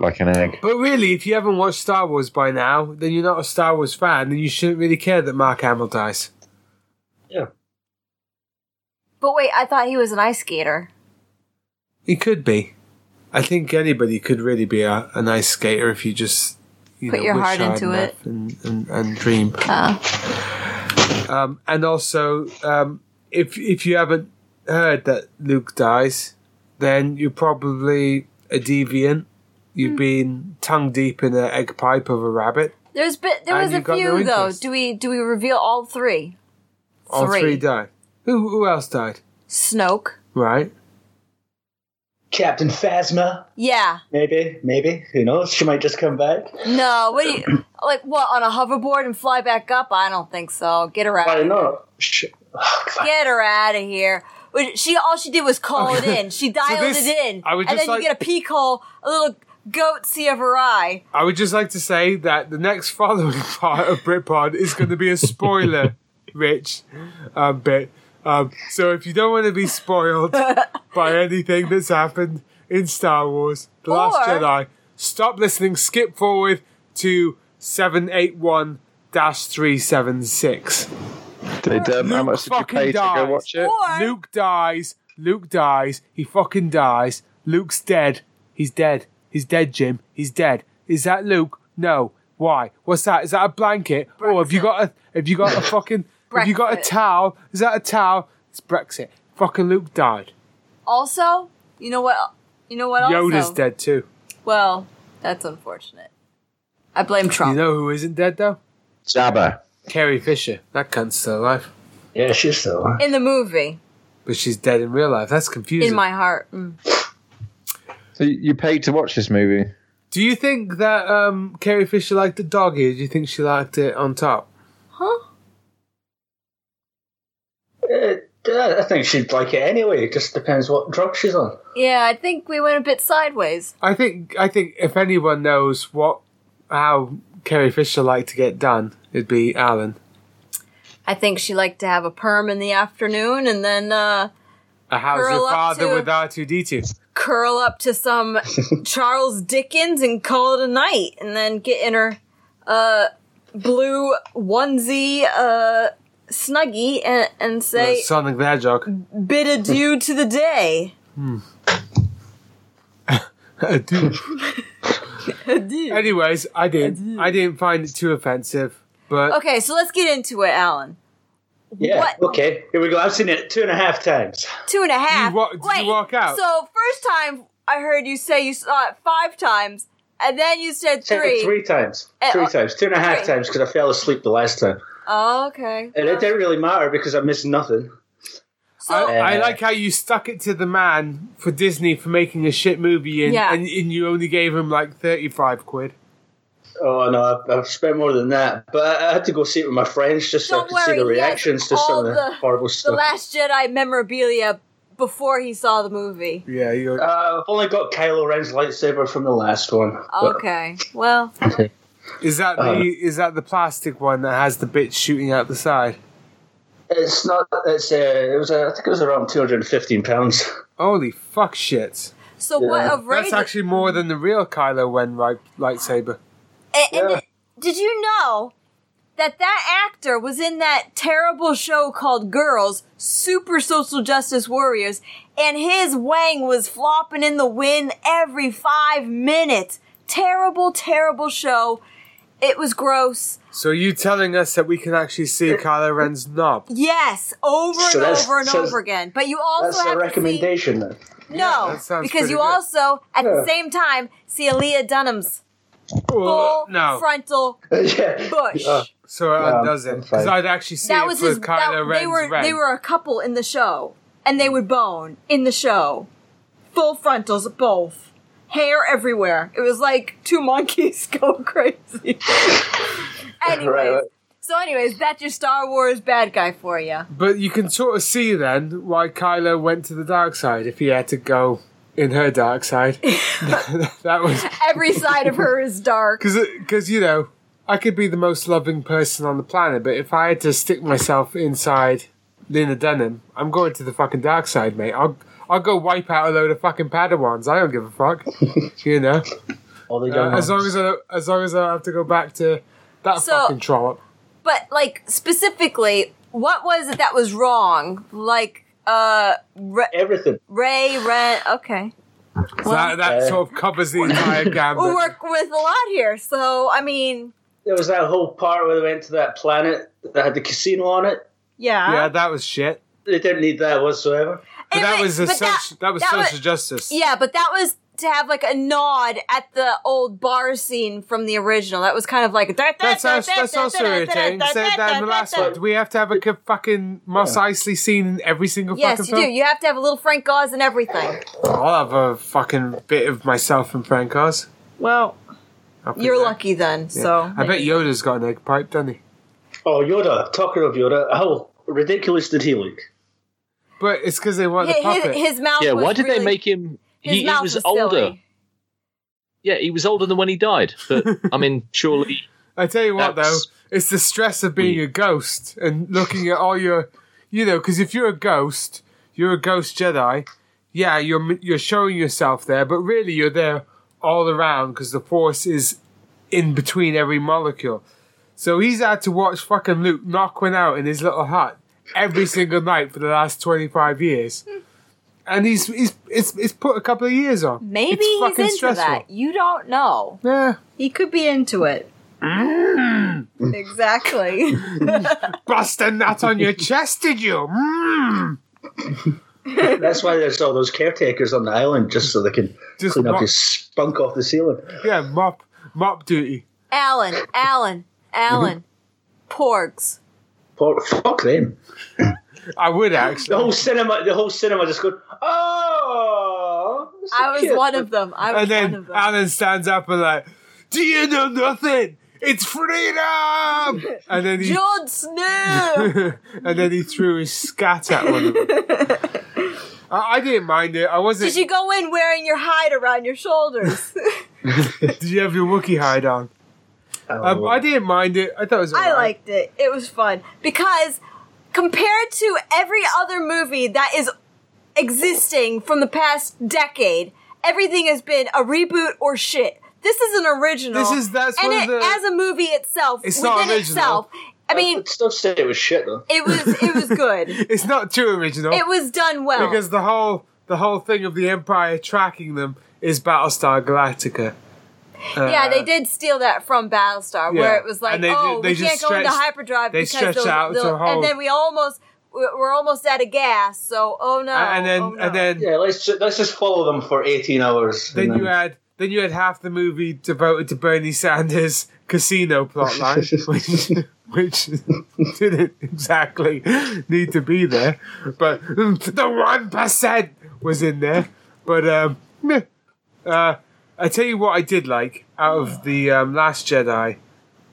D: like an egg.
A: But really, if you haven't watched Star Wars by now, then you're not a Star Wars fan, and you shouldn't really care that Mark Hamill dies.
C: But wait, I thought he was an ice skater.
A: He could be. I think anybody could really be a, a nice skater if you just you
C: Put
A: know,
C: your
A: wish
C: heart
A: hard
C: into
A: enough
C: it.
A: and, and, and dream.
C: Ah.
A: Um, and also, um, if if you haven't heard that Luke dies, then you're probably a deviant. You've
C: Hmm.
A: been tongue deep in an egg pipe of a rabbit.
C: There's bit there
A: And
C: was a
A: you've got no
C: few though.
A: interest.
C: Do we do we reveal all three?
A: All
C: Three.
A: three, died. Who who else died?
C: Snoke.
A: Right.
G: Captain Phasma,
C: Yeah.
G: maybe, maybe. Who knows? She might just come back.
C: No. What do you like? What on a hoverboard and fly back up? I don't think so. Get her out.
G: Why
C: of here.
G: not? Sh- *sighs*
C: Get her out of here. But She all she did was call it in.
A: *laughs*
C: She dialed
A: this-
C: it in,
A: I would
C: and
A: just
C: then
A: like-
C: you get a peek hole, a little goat see of her eye.
A: I would just like to say that the next following *laughs* part of Britpod is going to be a spoiler rich um, bit. Um, so if you don't want to be spoiled by anything that's happened in Star Wars The Last
C: Or-
A: Jedi, stop listening, skip forward to 781 376.
D: Did, um, how
A: Luke
D: much did you
A: fucking
D: pay to
A: dies.
D: go watch it?
C: Or
A: Luke dies. Luke dies. He fucking dies. Luke's dead. He's dead. He's dead, Jim. He's dead. Is that Luke? No. Why? What's that? Is that a blanket? Oh, have you got a? Have you got a fucking? have you got a
C: Brexit.
A: towel? Is that a towel? It's Brexit. Fucking Luke died.
C: also, you know what? You know what?
A: Yoda's
C: also?
A: dead too.
C: Well, that's unfortunate. I blame Trump.
A: You know who isn't dead though?
D: Jabba.
A: Carrie Fisher. That cunt's still alive,
G: yeah, she's still. alive.
C: in the movie,
A: but she's dead in real life. That's confusing.
C: in my heart. Mm.
D: So you- you paid to watch this movie?
A: Do you think that um, Carrie Fisher liked the doggy? Or do you think she liked it on top?
C: Huh?
G: Uh, I think she'd like it anyway. It just depends what drug she's on.
C: Yeah, I think we went a bit sideways.
A: I think I think if anyone knows what how Carrie Fisher liked to get done, it'd be Alan.
C: I think she liked to have a perm in the afternoon and then uh,
A: A how's
C: Curl
A: your
C: up
A: father
C: to-
A: with R two D
C: *laughs*
A: two?
C: curl up to
A: *laughs*
C: some Charles Dickens and call it a night, and then get in her uh, blue onesie uh, snuggie and, and
A: *laughs*
C: say
A: Sonic the
C: *laughs*
A: Hedgehog.
C: bid adieu to the day.
A: Adieu.
C: Adieu.
A: Anyways, I didn't I didn't find it too offensive, but
C: Okay, so let's get into it, Alan.
G: Yeah.
C: What?
G: Okay. Here we go. I've seen it two and a half times.
C: Two and a half.
A: You wa- did you
C: Wait,
A: walk out?
C: So first time I heard you say you saw it five times, and then you said
G: Check
C: three.
G: it Three times.
C: Eh,
G: Three
C: oh,
G: times. Two and a half
C: three.
G: times because I fell asleep the last time,
C: Oh, okay.
G: and it didn't really matter because I missed nothing.
C: So
A: I
G: Uh,
A: like how you stuck it to the man for Disney for making a shit movie and,
C: Yeah.
A: and, and you only gave him like thirty five quid.
G: Oh no, I've, I've spent more than that. But I, I had to go see it with my friends just so I
C: Don't
G: could see the
C: worry, he has
G: reactions to
C: all
G: some of the,
C: the-
G: horrible
C: the
G: stuff.
C: Last Jedi memorabilia before he saw the movie.
A: Yeah, you're
G: uh, I've only got Kylo Ren's lightsaber from the last one.
C: Oh,
G: but-
C: Okay. Well,
A: Is that the
G: uh,
A: is that the plastic one that has the bit shooting out the side?
G: It's not. It's uh, it was. Uh, I think it was around two hundred and fifteen pounds.
A: Holy fuck shit.
C: so what
G: Yeah.
C: of Ray?
A: That's actually more than the real Kylo Ren right, lightsaber.
C: and, and
G: Yeah.
C: did you know that that actor was in that terrible show called Girls, Super Social Justice Warriors, and his wang was flopping in the wind every five minutes. Terrible, terrible show. It was gross.
A: So are you telling us that we can actually see Kylo Ren's knob?
C: Yes, over
G: So
C: and
G: that's-
C: over and
G: so
C: over again. But you also
G: That's
C: have
G: a
C: to see-
G: recommendation. Then.
C: No,
A: that sounds
C: because
A: pretty
C: you
A: good.
C: also at the
G: Yeah.
C: same time see Aaliyah Dunham's
A: Well,
C: full
A: no.
G: *laughs*
C: frontal
G: yeah.
C: bush.
G: Uh,
A: So it
G: Yeah,
A: undoes it.
G: I'm
A: Because
G: fine.
A: I'd actually see
C: that
A: it
C: was
A: for
C: his.
A: Kylo
C: that-
A: Ren's
C: they were
A: Ren.
C: they were a couple in the show, and they would bone in the show, full frontals both, hair everywhere. It was like two monkeys *laughs* going crazy. anyways,
G: right.
C: so anyways, that's your Star Wars bad guy for you.
A: But you can sort of see then why Kylo went to the dark side if he had to go in her dark
C: *laughs*
A: side. *laughs* that was
C: Every side of her
A: *laughs*
C: is dark.
A: because you know I could be the most loving person on the planet, but if I had to stick myself inside Lena Dunham, I'm going to the fucking dark side, mate. I'll I'll go wipe out a load of fucking Padawans. I don't give a fuck, *laughs* you know.
G: All the young
A: Uh, as long
G: ones.
A: as I don't, as long as I don't have to go back to that
C: So-
A: fucking trollop.
C: But like specifically, what was it that was wrong? Like uh Re-
G: everything.
C: Ray Ren. Okay,
A: So that that
G: uh,
A: sort of covers the entire
C: we
A: gambit.
C: work with a lot here, so I mean,
G: There was that whole part where they went to that planet that had the casino on it.
C: yeah,
A: Yeah, that was shit.
G: They didn't need that whatsoever.
A: But
C: And
A: that
C: like-
A: was a
C: but that-
A: social, that, was
C: that
A: social
C: was-
A: justice.
C: yeah, but that was to have like a nod at the old bar scene from the original. That was kind of like
A: That's, also, that's also irritating. Said that in the last one. Do we have to have a co- fucking Mos Eisley scene in every single fucking
C: Yes, you
A: film?
C: do. You have to have a little Frank Oz and everything.
A: I'll have a fucking bit of myself in Frank Oz.
C: Well,
A: I'll put
C: you're
A: that.
C: lucky then. So
A: I bet Yoda's got an egg pipe, doesn't he?
G: Oh, Yoda. Talking of Yoda, how ridiculous did he look?
A: But it's because they want the
C: Hi-
A: puppet.
C: his, his mouth.
E: yeah,
C: was
E: why did
C: really,
E: they make him?
C: His
E: He, he
C: mouth
E: was
C: silly.
E: older. Yeah, he was older than when he died.
C: *laughs*
E: But I mean, surely
A: I tell you what,
E: That's-
A: though, it's the stress of being a ghost and looking at all your, you know, because if you're a ghost, you're a ghost Jedi. Yeah, you're you're showing yourself there, but really you're there all around because the Force is in between every molecule. So he's had to watch fucking Luke knock one out in his little hut every single night for the last twenty five years, and he's he's it's, it's put a couple of years on.
C: Maybe
A: It's
C: he's
A: fucking
C: into
A: stressful.
C: that. You don't know.
A: Yeah,
C: He could be into it.
A: *laughs*
C: exactly.
A: bust a nut on your chest, did you? Mm.
G: That's why there's all those caretakers on the island just so they can
A: Just
G: clean
A: mop-
G: up his spunk off the ceiling.
A: Yeah, mop mop duty.
C: Alan, Alan, Alan.
A: Mm-hmm.
C: Porgs.
G: Poor, fuck them.
A: I would
G: The
A: actually.
G: whole cinema, the whole cinema just going, oh.
C: *laughs*
G: so
C: I was
G: cute."
C: one of them. I
A: And
C: was one of uh,
A: then
C: them.
A: Alan stands up and like, "Do you know nothing? It's
C: *laughs*
A: freedom!" And then he
C: Jon Snow.
A: *laughs* and then he threw his scat at one of
C: *laughs*
A: them. I, I didn't mind it. I wasn't.
C: Did you go in wearing your hide around
A: *laughs*
C: your shoulders?
A: Did you have your Wookiee hide on? Um, I didn't mind it. I thought it was.
C: I
A: alright.
C: liked it. It was fun because compared to every other movie that is existing from the past decade, everything has been a reboot or shit. This is an original.
A: This is- that's
C: and
A: one of
C: it,
A: the-
C: as a movie itself
A: It's
C: within
A: not original.
C: itself. I mean,
G: I'd still say it was shit though.
C: it was it
A: *laughs*
C: was good.
A: It's not too original
C: it was done well.
A: because the whole the whole thing of the Empire tracking them is Battlestar Galactica.
C: yeah, they did steal that from Battlestar, where
A: Uh, yeah.
C: it was like,
A: And they
C: oh,
A: ju- they
C: we
A: just
C: can't go into
A: stretched-
C: hyperdrive
A: they
C: because
A: stretched
C: they'll-
A: out to
C: they'll-
A: hold-
C: and then we almost we're we're almost out of gas. So oh no,
A: and then
C: oh, no.
A: and then
G: Yeah, let's ju- let's just follow them for eighteen hours.
A: Then
G: and
A: you had then you had half the movie devoted to Bernie Sanders' casino plotline, which which didn't exactly need to be there, but the one percent was in there. But um, meh. uh, I tell you what, I did like out of the um, Last Jedi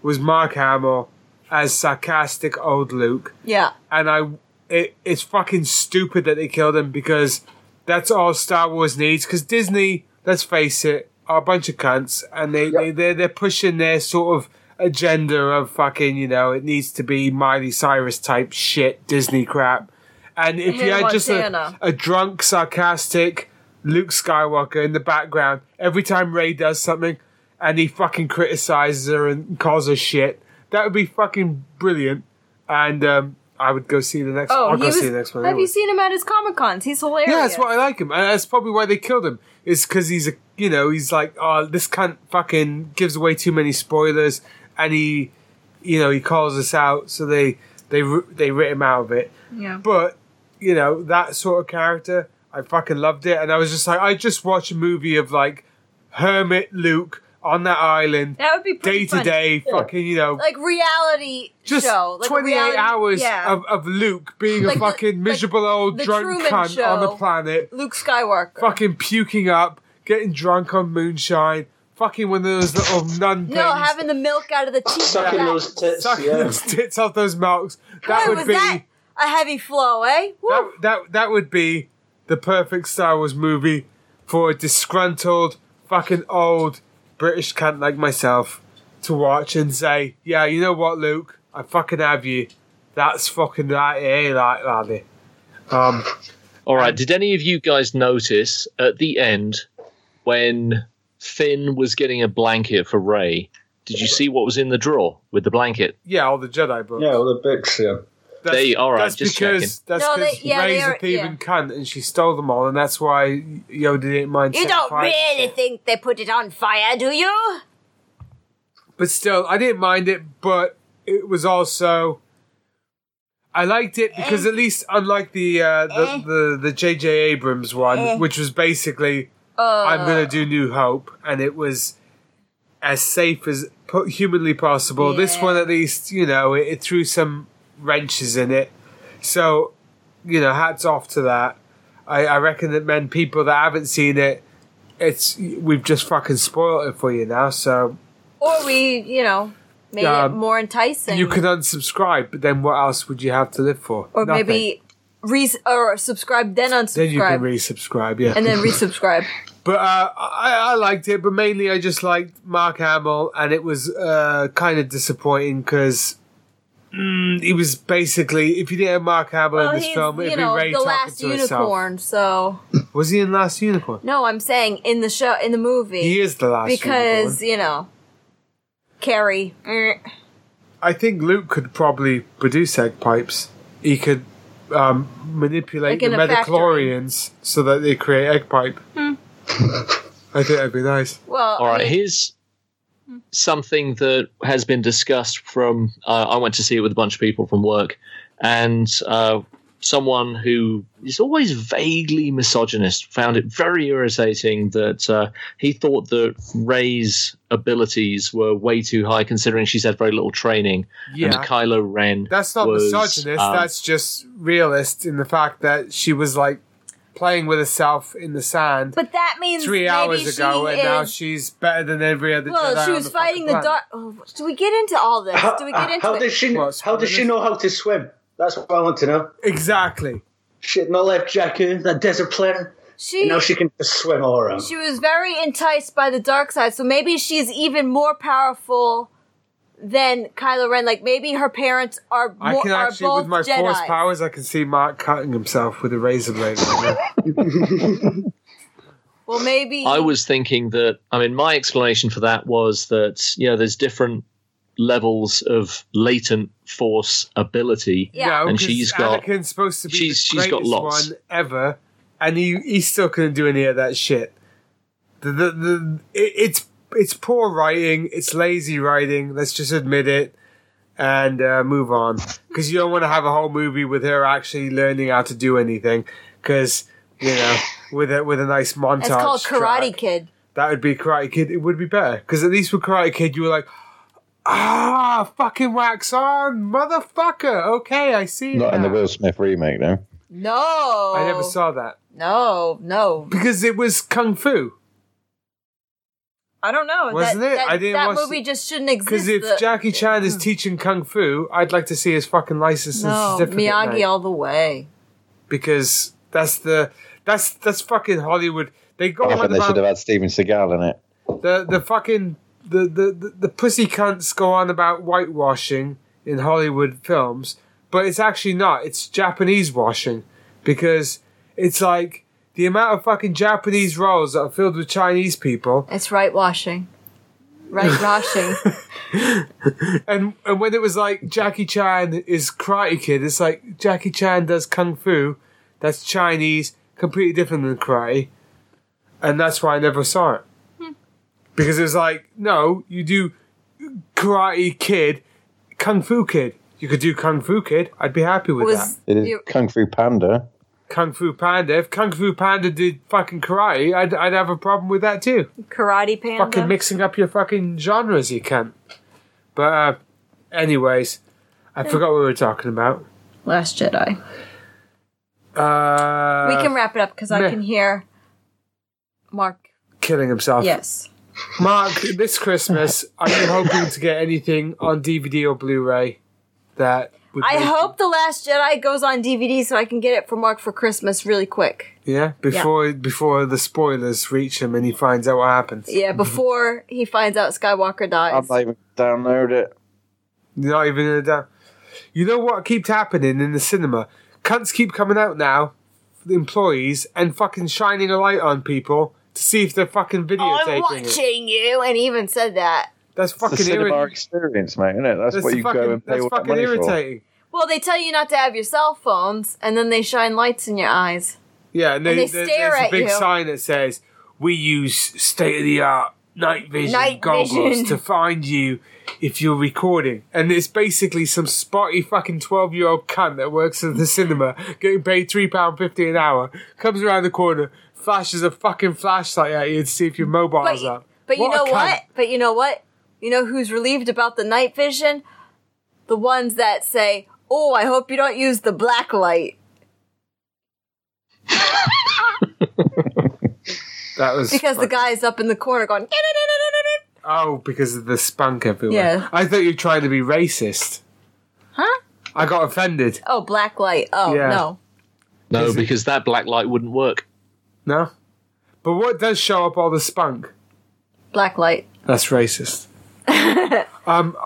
A: was Mark Hamill as sarcastic old Luke
C: yeah.
A: and I it, it's fucking stupid that they killed him because that's all Star Wars needs. Because Disney, let's face it, are a bunch of cunts, and they they they're, they're pushing their sort of agenda of fucking you know it needs to be Miley Cyrus type shit Disney crap. And if you
C: Hannah
A: had just a,
C: Montana.
A: a drunk, sarcastic Luke Skywalker in the background every time Ray does something, and he fucking criticizes her and calls her shit, that would be fucking brilliant and um, I would go see the next.
C: Oh,
A: I'll
C: he
A: go
C: was.
A: see the next one.
C: have
A: anyway.
C: you seen him at his comic cons? He's hilarious.
A: yeah, that's why I like him. And that's probably why they killed him. Is because he's a you know he's like oh this cunt fucking gives away too many spoilers, and he you know he calls us out, so they they wr- they writ him out of it.
C: Yeah.
A: But you know that sort of character, I fucking loved it, and I was just like I just watched a movie of like hermit Luke on that island.
C: that would be pretty
A: Day to
C: funny.
A: day, fucking, you know,
C: like reality
A: just
C: show, like a
A: 28
C: reality-
A: hours
C: yeah.
A: of, of Luke being
C: Like
A: a
C: the-
A: fucking
C: like
A: miserable old
C: the
A: drunk
C: Truman
A: cunt on the
C: Show.
A: planet,
C: Luke Skywalker.
A: fucking puking up, getting drunk on moonshine, fucking one of those little nun things,
C: no, having the milk out of the teeth.
G: sucking
C: Yeah.
G: those tits.
A: sucking
G: yeah.
A: those tits off those milks. That
C: Boy,
A: would
C: was
A: be
C: that a heavy flow, eh? Woo.
A: that, that that would be the perfect Star Wars movie for a disgruntled fucking old British cunt like myself to watch and say, yeah, you know what, Luke, I fucking have you. That's fucking right, eh, like laddie. Um,
E: All right. Did any of you guys notice at the end when Finn was getting a blanket for Ray, did you see what was in the drawer with the blanket?
A: Yeah, all the Jedi books.
G: Yeah, all the books. Yeah.
A: That's,
E: They- all right,
A: That's
E: just
A: because that's
C: No, they-
A: because
C: yeah, they
A: Ray's
C: are-
A: a thieving cunt, and she stole them all, and that's why Yoda didn't mind.
C: You don't
A: sacrificing-
C: really think they put it on fire, do you?
A: but still, I didn't mind it. But it was also, I liked it because at least, unlike the uh,
C: Eh.
A: the the the J.J. Abrams one, which was basically I'm going to do New Hope, and it was as safe as po- humanly possible. This one, at least, you know, it, it threw some wrenches in it. So, you know, hats off to that. I, I reckon that men, people that haven't seen it, it's we've just fucking spoiled it for you now. So
C: Or we, you know, made
A: Yeah,
C: it more enticing.
A: you can unsubscribe, but then what else would you have to live for?
C: or
A: Nothing.
C: maybe res- or subscribe then unsubscribe
A: then you can resubscribe, yeah.
C: and
A: *laughs*
C: then resubscribe.
A: But uh, I, I liked it, but mainly I just liked Mark Hamill, and it was uh, kind of disappointing because mm, he was basically, if you didn't have Mark Hamill
C: well,
A: in this
C: he's,
A: film, it'd
C: you know,
A: be Ray
C: the
A: talking
C: last
A: to himself.
C: unicorn. So
A: Was he in Last Unicorn?
C: no, I'm saying in the show, in the movie,
A: He is the last
C: because
A: unicorn.
C: you know, Carrie. eh.
A: I think Luke could probably produce egg pipes. He could um, manipulate
C: Like in
A: the
C: a factory. Hmm.
A: Metachlorians so that they create egg pipe. *laughs* I think that'd be nice.
C: Well,
E: All
C: I
E: right,
C: mean, hmm.
E: here's something that has been discussed from. Uh, I went to see it with a bunch of people from work, and uh, someone who is always vaguely misogynist found it very irritating that uh, he thought that Ray's abilities were way too high, considering she's had very little training, and
A: Yeah.
E: Kylo Ren.
A: That's not
E: was,
A: misogynist.
E: um,
A: that's just realist in the fact that she was like playing with herself in the sand
C: but that means
A: three
C: maybe
A: hours
C: she
A: ago, and now
C: is-
A: she's better than every other.
C: well,
A: Jedi
C: she
A: on
C: was
A: the fucking
C: fighting the
A: planet.
C: dark. Oh, do we get into all this? Do we get into
G: how
C: it?
G: does she?
A: Well, it's
G: how does she know how to swim? That's what I want to know.
A: Exactly.
G: She had not left Jakku, that desert planet,
C: she
G: and now she can just swim all around.
C: she was very enticed by the dark side, so maybe she's even more powerful than Kylo Ren. Like maybe her parents are more,
A: I can
C: are
A: actually,
C: both
A: with my
C: Jedi.
A: force powers, I can see Mark cutting himself with a razor blade. right now.
C: Well, maybe
E: I was thinking that, I mean, my explanation for that was that, you know, there's different levels of latent force ability.
C: Yeah.
A: No,
E: And
A: 'cause
E: she's got-
A: Anakin's supposed to be
E: she's-
A: the
E: she's
A: greatest
E: got lots.
A: one ever, and he he still couldn't do any of that shit. The the, the it, it's it's poor writing. It's lazy writing. Let's just admit it and uh, move on because you don't want to have a whole movie with her actually learning how to do anything because you know with a with a nice montage.
C: it's called Karate
A: track.
C: Kid.
A: That would be Karate Kid. It would be better because at least with Karate Kid, you were like, ah, fucking wax on, motherfucker. Okay, I see. it
D: Not in the
A: now."
D: Will Smith remake, no.
C: No,
A: I never saw that
C: No, no,
A: because it was kung fu.
C: I don't know.
A: Wasn't
C: that,
A: it?
C: That,
A: I didn't
C: that
A: watch
C: movie
A: the-
C: just shouldn't exist.
A: Because if
C: The-
A: Jackie Chan is teaching kung fu, I'd like to see his fucking license and
C: no,
A: certificate.
C: Miyagi
A: mate.
C: all the way.
A: because that's the that's that's fucking Hollywood. They go
D: I
A: on
D: think they should
A: about
D: have had Steven Seagal in it.
A: the the fucking the, the the the pussy cunts go on about whitewashing in Hollywood films, but it's actually not. It's Japanese washing because it's like the amount of fucking Japanese roles that are filled with Chinese people,
C: It's right washing,
A: *laughs*
C: right washing.
A: and and when it was like Jackie Chan is Karate Kid, it's like Jackie Chan does kung fu, that's Chinese, completely different than karate, and that's why I never saw it. Because it was like, no, you do Karate Kid, Kung Fu Kid. You could do Kung Fu Kid. I'd be happy with
C: Was
A: that.
D: It is
C: You-
D: Kung Fu Panda.
A: Kung Fu Panda. If Kung Fu Panda did fucking karate, I'd, I'd have a problem with that too.
C: Karate Panda?
A: fucking mixing up your fucking genres, you can't. But uh, anyways, I forgot what we were talking about.
F: Last Jedi.
A: Uh,
C: we can wrap it up because I
A: meh.
C: can hear Mark.
A: killing himself.
F: Yes.
A: Mark, this
C: *laughs*
A: Christmas, are you hoping to get anything on DVD or Blu-ray that? Would
C: I
A: make-
C: hope The Last Jedi goes on DVD so I can get it for Mark for Christmas really quick.
A: Yeah, before before the spoilers reach him and he finds out what happens. *laughs*
C: Yeah, before he finds out Skywalker
D: I'm
C: dies.
D: not even download it.
A: You're not even in a da- You know what keeps happening in the cinema? Cunts keep coming out now, the employees, and fucking shining a light on people to see if they're fucking
C: I'm
A: videotaping it.
C: watching you, and he even said that.
A: That's
D: It's a
A: fucking
D: cinema
A: irritating.
D: experience, mate, isn't it? That's,
A: That's
D: what you
A: fucking-
D: go and pay
A: that's
D: all that
A: fucking
D: money for.
A: irritating.
C: Well, they tell you not to have your cell phones, and then they shine lights in your eyes.
A: Yeah, and,
C: And
A: they,
C: they
A: there-
C: stare
A: there's a
C: at
A: big
C: you.
A: sign that says, "We use state of the art night vision
C: Night
A: goggles
C: vision.
A: to find you if you're recording." And it's basically some spotty fucking twelve year old cunt that works at the cinema, getting paid three pound fifty an hour, comes around the corner, flashes a fucking flashlight at you to see if your mobile's
C: But-
A: up.
C: But you
A: What a
C: know
A: cunt.
C: what? But you know what? You know who's relieved about the night vision? The ones that say, "Oh, I hope you don't use the black light,"
A: That was
C: because the guy's up in the corner going. "Da-da-da-da-da-da."
A: Oh, because of the spunk everywhere.
C: Yeah.
A: I thought you were trying to be racist.
C: Huh?
A: I got offended.
C: Oh, black light. Oh
A: Yeah.
C: no.
E: No,
A: Is it-
E: because that black light wouldn't work.
A: No. But what does show up all the spunk?
C: Black light.
A: That's
C: *laughs*
A: racist. um,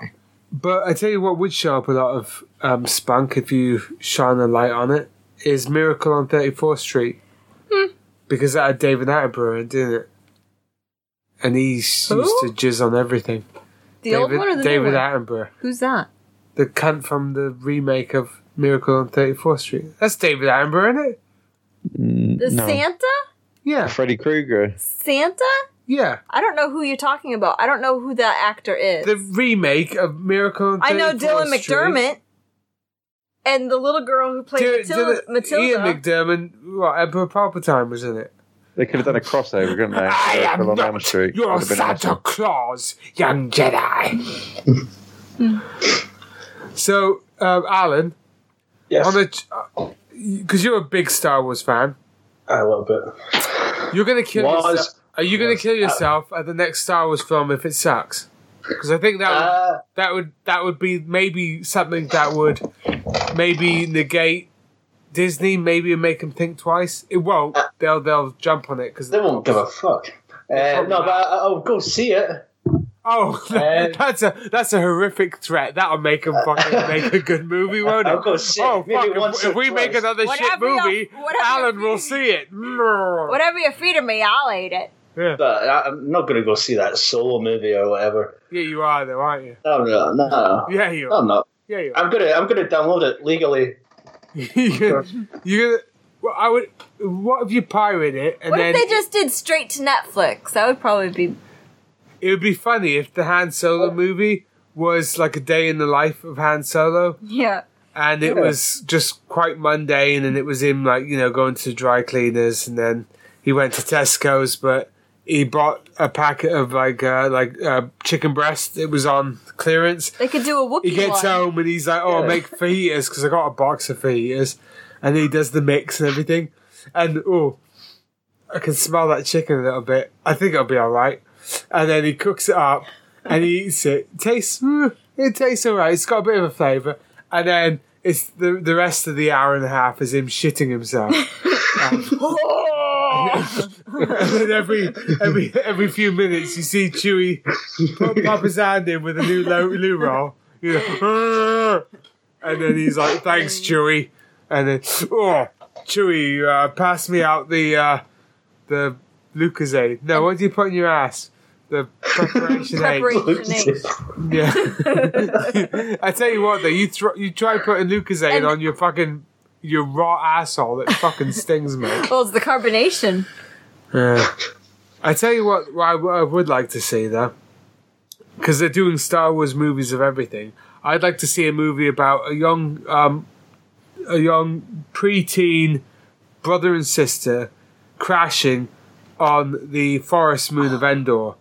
A: but I tell you what would show up a lot of um, spunk if you shine a light on it is Miracle on 34th Street.
C: Hmm.
A: Because that had David Attenborough, in, didn't it? And he used
C: Who?
A: to jizz on everything.
C: The
A: David,
C: old one or the
A: David
C: new one?
A: Attenborough.
C: Who's that?
A: The cunt from the remake of Miracle on 34th Street. That's David Attenborough, isn't it?
C: The Santa?
A: Yeah.
D: Freddy Krueger.
C: Santa?
A: Yeah.
C: I don't know who you're talking about. I don't know who that actor is.
A: The remake of Miracle on 34th
C: I know Dylan
A: Street.
C: McDermott and the little girl who played
A: Dylan- Dylan-
C: Matilda. Matilda.
A: Ian McDermott, well, Emperor Palpatine was in it.
D: They could have done a crossover, couldn't they? Miracle on Elm Street. That
A: your
D: would've been
A: Santa
D: awesome.
A: Claus, young Jedi. so, um, Alan,
G: Yes,
A: on a because you're a big Star Wars fan,
G: a little bit.
A: you're gonna kill
G: Was- Uh,
A: yourself. Are you gonna kill yourself at the next Star Wars film if it sucks? Because I think that would,
G: Uh,
A: that would that would be maybe something that would maybe negate Disney, maybe make them think twice. It won't. They'll they'll jump on it because
G: Uh, they won't give a fuck. Uh, no, but I, I'll go see it.
A: Oh, *laughs*
G: Uh,
A: that's a that's a horrific threat. That'll make them
G: *laughs*
A: fucking make a good movie, won't it?
G: I'll go see it.
A: Oh
G: Maybe
A: fuck!
G: once
A: If,
G: or
A: if we make
G: twice.
A: another shit
C: Whatever your-
A: movie,
C: whatever
A: Alan
C: your
A: will
C: feeling-
A: see
C: *laughs*
A: it.
C: Whatever you're feeding me, I'll eat it.
G: But I, I'm not going to go see that solo movie or whatever.
A: Yeah, you are though, aren't you?
G: No, no, no.
A: Yeah, you
G: No,
A: are.
G: I'm not.
A: Yeah, you are. *laughs*
G: Oh. I'm gonna, I'm gonna download it legally.
A: you you. Well, I would. What if you pirate it and
C: What
A: then
C: if they just did straight to Netflix? That would probably be.
A: it would be funny if the Han Solo movie was like a day in the life of Han Solo,
C: Yeah.
A: and it
G: Yeah.
A: was just quite mundane and it was him like you know going to dry cleaners and then he went to tesco's but he bought a packet of like uh, like uh, chicken breast it was on clearance
C: They could do a Wookiee
A: he gets
C: one.
A: home and he's like oh i'll
G: Yeah.
A: make fajitas because i got a box of fajitas and he does the mix and everything and oh i can smell that chicken a little bit i think it'll be all right and then he cooks it up and he eats it. Tastes, mm, it tastes all right. It's got a bit of a flavour, and then it's the the rest of the hour and a half is him shitting himself. Um, *laughs* and then every every every few minutes, you see Chewy pop, pop his hand in with a new low, loo roll. You know, and then he's like, "Thanks, Chewy," and then oh, Chewy, uh, pass me out the uh, the Lucasade. No, what do you put in your ass? The preparation aid.
C: Preparation aid.
A: Yeah. *laughs* I tell you what, though, you thro- you try putting Lucasade
C: And-
A: on your fucking your raw asshole, it fucking stings, mate.
C: Well, it's the carbonation.
A: Yeah. Uh, I tell you what, what I, what I would like to see though, because they're doing Star Wars movies of everything. I'd like to see a movie about a young, um, a young preteen brother and sister crashing on the forest moon of Endor,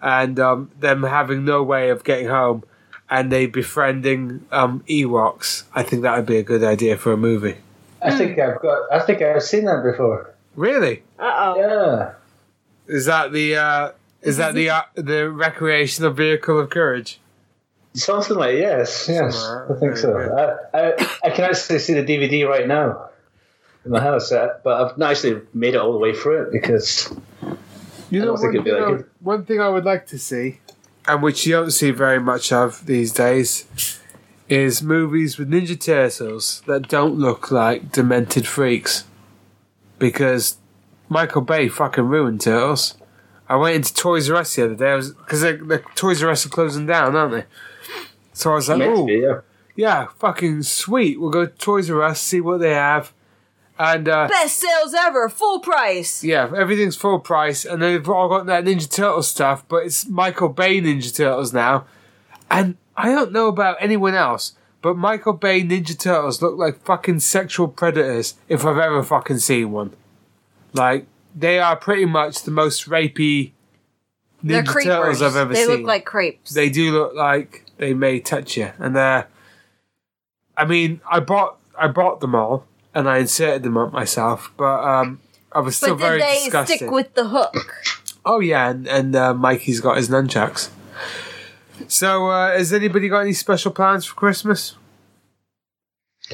A: and um, them having no way of getting home, and they befriending um, Ewoks. I think that would be a good idea for a movie.
G: I think I've got. I think I've seen that before.
A: Really?
G: Yeah.
A: Is that the uh, is that the uh, the recreational vehicle of courage?
G: Something like yes, yes,
A: Somewhere,
G: I think so.
A: very
G: I, I, I can actually see the DVD right now in my house, uh, but I've not actually made it all the way through it because
A: You know,
G: I don't think
A: one
G: it'd be
A: thing,
G: that
A: I would,
G: good.
A: one thing I would like to see, and which you don't see very much of these days, is movies with Ninja Turtles that don't look like demented freaks, because Michael Bay fucking ruined Turtles. I went into Toys R Us the other day because the Toys R Us are closing down, aren't they? So I was like,
G: Next
A: oh,
G: year, yeah.
A: yeah, fucking sweet. We'll go to Toys R Us, see what they have. And uh,
C: Best sales ever, full price.
A: yeah, everything's full price. And they've all got that Ninja Turtle stuff, but it's Michael Bay Ninja Turtles now. And I don't know about anyone else, but Michael Bay Ninja Turtles look like fucking sexual predators if I've ever fucking seen one. Like, they are pretty much the most rapey
C: They're
A: Ninja
C: creepers.
A: Turtles I've ever
C: they
A: seen
C: look like crepes.
A: they do look like they may touch you and they're i mean i bought i bought them all and i inserted them up myself but um i was still
C: but
A: very
C: did they
A: disgusted
C: stick with the hook?
A: oh yeah and, and uh, mikey's got his nunchucks so uh, has anybody got any special plans for christmas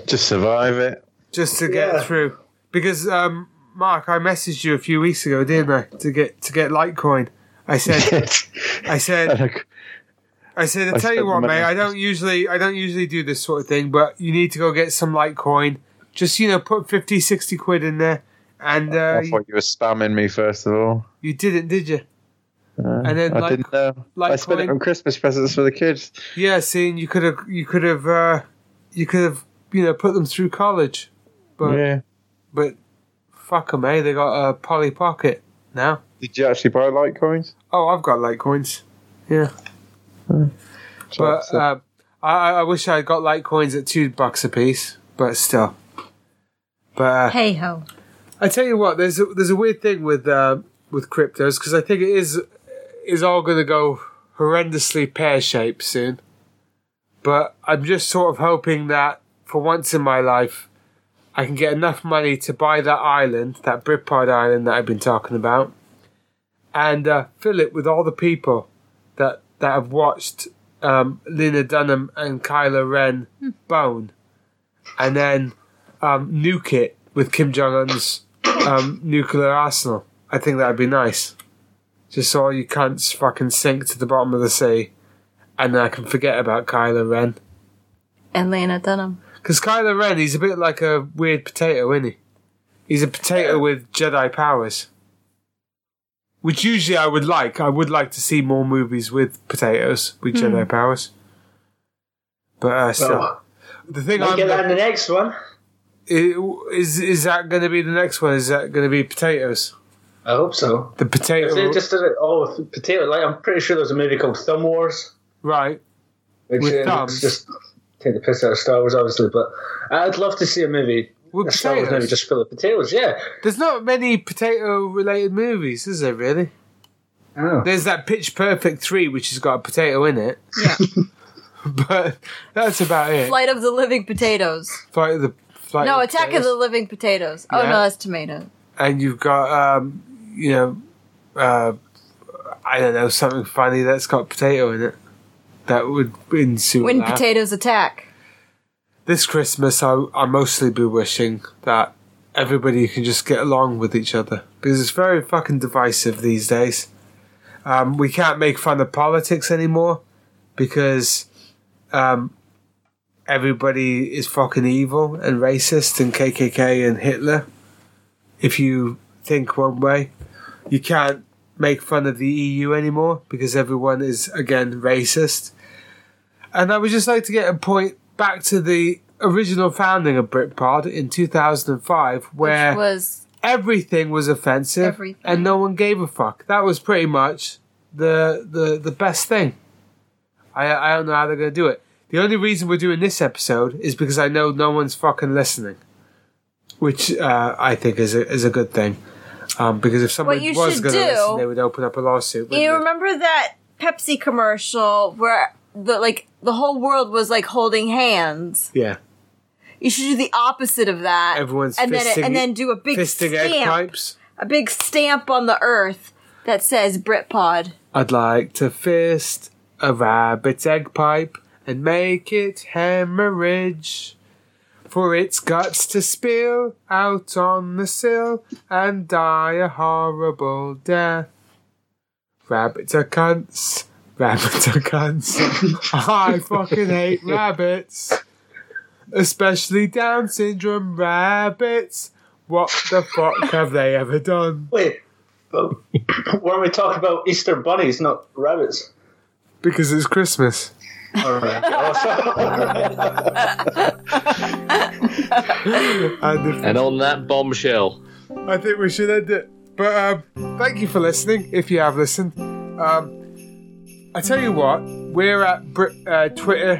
D: Just survive it. *laughs*
A: just to get
G: Yeah.
A: through because um mark i messaged you a few weeks ago didn't i to get to get litecoin i
D: *laughs*
A: said i said
D: And I-
A: I said, I
D: I
A: tell you
D: spent
A: what,
D: money
A: mate.
D: on
A: I don't usually, I don't usually do this sort of thing, but you need to go get some Litecoin. Just you know, put 50, 60 quid in there, and uh,
D: I
A: you,
D: thought you were spamming me first of all.
A: you didn't, did you?
D: Uh,
A: And then
D: I
A: like-
D: didn't know. I spent it
A: Litecoin-
D: on Christmas presents for the kids.
A: Yeah. Seeing you could have, you could have, uh, you could have, you know, put them through college, but
D: Yeah.
A: but fuck them, eh? They got a Polly Pocket now.
D: Did you actually buy Litecoins?
A: Oh, I've got Litecoins. Yeah, but
D: So-
A: uh, I, I wish I got Litecoins at two bucks a piece, but still. But uh,
F: Hey ho.
A: I tell you what, there's a, there's a weird thing with uh, with cryptos because I think it is is all going to go horrendously pear shaped soon. But I'm just sort of hoping that for once in my life, I can get enough money to buy that island, that Britpod island that I've been talking about, and uh, fill it with all the people that that have watched um, Lena Dunham and Kylo Ren bone, and then um, nuke it with Kim Jong Un's um, nuclear arsenal. I think that'd be nice. Just so all you cunts fucking sink to the bottom of the sea, and then I can forget about Kylo Ren.
F: And Lana Dunham.
A: Because Kylo Ren, he's a bit like a weird potato, isn't he? He's a potato with Jedi powers. Which usually I would like. I would like to see more movies with potatoes with Jedi powers. But uh, still,
G: Hmm. Well,
A: the thing
G: might
A: I'm
G: get that in the next one.
A: It- Is is that going to be the next one? Is that going to be potatoes?
G: I hope so.
A: The potato,
G: If they just did it all with potato, like I'm pretty sure there's a movie called Thumb Wars,
A: right?
G: which
A: With
G: uh,
A: thumbs?
G: looks just take the piss out of Star Wars, obviously. But I'd love to see a movie,
A: With
G: a Star Wars movie
A: potatoes.
G: just full of potatoes. Yeah,
A: There's not many potato-related movies, is there? Really?
G: oh.
A: There's that Pitch Perfect three, which has got a potato in it.
F: Yeah.
A: *laughs* but that's about it.
F: Flight of the Living Potatoes.
A: Flight of the flight
F: No,
A: of the
F: Attack of the
A: Potatoes.
F: Living Potatoes. Oh
A: Yeah.
F: no, that's tomato.
A: and you've got um, you know, uh, I don't know something funny that's got potato in it. That would ensue.
F: When
A: laugh.
F: potatoes attack.
A: this Christmas, I, I mostly be wishing that everybody can just get along with each other because it's very fucking divisive these days. Um, we can't make fun of politics anymore because um, everybody is fucking evil and racist and KKK and Hitler. If you think one way, you can't make fun of the EU anymore because everyone is again racist. And I would just like to get a point back to the original founding of Britpod in 2005, where
F: Which was
A: everything was offensive
F: Everything.
A: and no one gave a fuck. That was pretty much the the the best thing. I I don't know how they're going to do it. The only reason we're doing this episode is because I know no one's fucking listening, which uh, I think is a is a good thing. Um, because if someone
F: you
A: was
F: should
A: going to
F: do-
A: listen, they would open up a lawsuit. wouldn't
F: you
A: they?
F: remember that Pepsi commercial where the like the whole world was like holding hands.
A: Yeah,
F: You should do the opposite of that.
A: Everyone's
F: and then
A: fisting-
F: and then do a big
A: fisting egg
F: stamp,
A: pipes.
F: a big stamp on the earth that says Britpod.
A: I'd like to fist a rabbit's egg pipe and make it hemorrhage. For its guts to spill out on the sill and die a horrible death. Rabbits are cunts. Rabbits are cunts. I fucking hate rabbits. Especially Down syndrome rabbits. What the fuck have they ever done?
G: Wait, but *coughs* weren't we talking about Easter bunnies, not rabbits?
A: Because it's Christmas.
G: All right. Oh, sorry.
A: *laughs* And if
E: And on that bombshell,
A: I think we should end it. But um, thank you for listening, if you have listened. Um, I tell you what, we're at Brit, uh, Twitter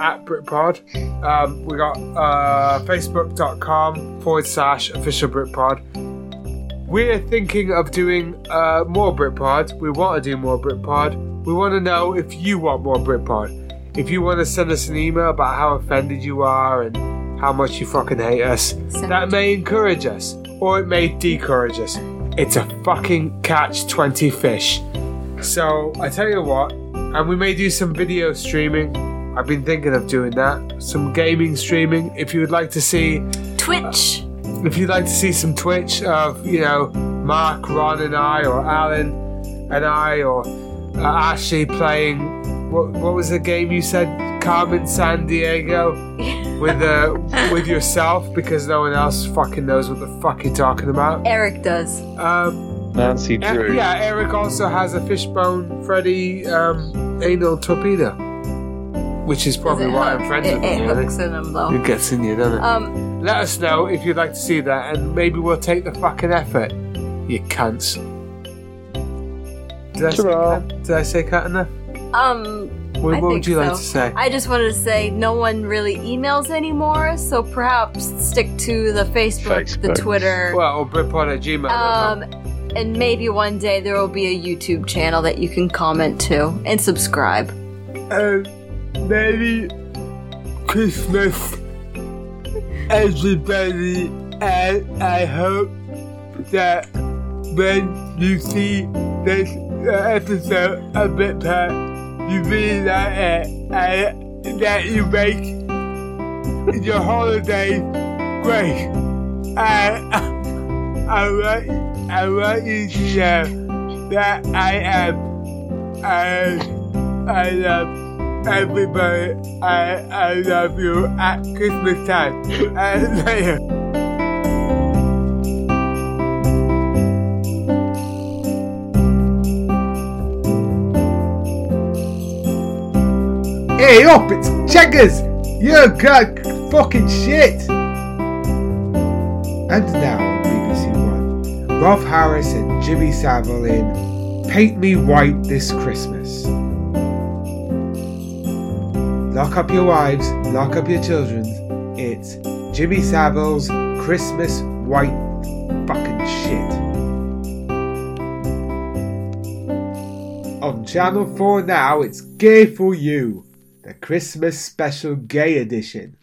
A: at BritPod. Um, we got uh, Facebook.com forward slash official BritPod. We're thinking of doing uh, more BritPod. We want to do more BritPod. We want to know if you want more BritPod. If you want to send us an email about how offended you are and how much you fucking hate us, that may encourage us or it may discourage us. It's a fucking catch 20 fish. So I tell you what, and we may do some video streaming. I've been thinking of doing that. Some gaming streaming. If you would like to see,
F: Twitch.
A: if you'd like to see some Twitch of you know Mark, Ron, and I, or Alan and I, or uh, Ashley playing what, what was the game you said? Carmen San
C: *laughs*
A: Diego with uh, with yourself because no one else fucking knows what the fuck you're talking about.
C: Eric does.
A: Um,
D: Nancy
A: yeah,
D: Drew.
A: yeah, Eric also has a fishbone Freddy um, anal torpedo, which is probably
C: It
A: why I'm
C: hook-
A: friends
C: it,
A: with him.
C: it
A: really.
C: hooks in him though.
A: It gets in you, doesn't it?
C: Um,
A: Let us know if you'd like to see that, and maybe we'll take the fucking effort. You cunts. Did I, say
D: Ta-ra.
A: cunt? Did I say cut enough?
C: um,
A: What,
C: I
A: what would
C: think
A: you like
C: so.
A: to say?
C: I just wanted to say no one really emails anymore, so perhaps stick to the Facebook, the
D: Facebook.
C: Twitter,
A: well, or Britpod at gmail.
C: um, and maybe one day there will be a YouTube channel that you can comment to and subscribe.
A: um, Merry Christmas, everybody, and I hope that when you see this uh, episode of Bitpad, you really like it and that you make your holiday great. And I want, I want you to know that I am. I, I love everybody. I, I love you at Christmas time. *laughs* And later.
H: Hey up, it's Checkers! You god fucking shit! And now on BBC One, Rolf Harris and Jimmy Savile in Paint Me White This Christmas. Lock up your wives, lock up your children. It's Jimmy Savile's Christmas White fucking shit. On Channel 4 now, it's Gay for You the Christmas Special Gay Edition.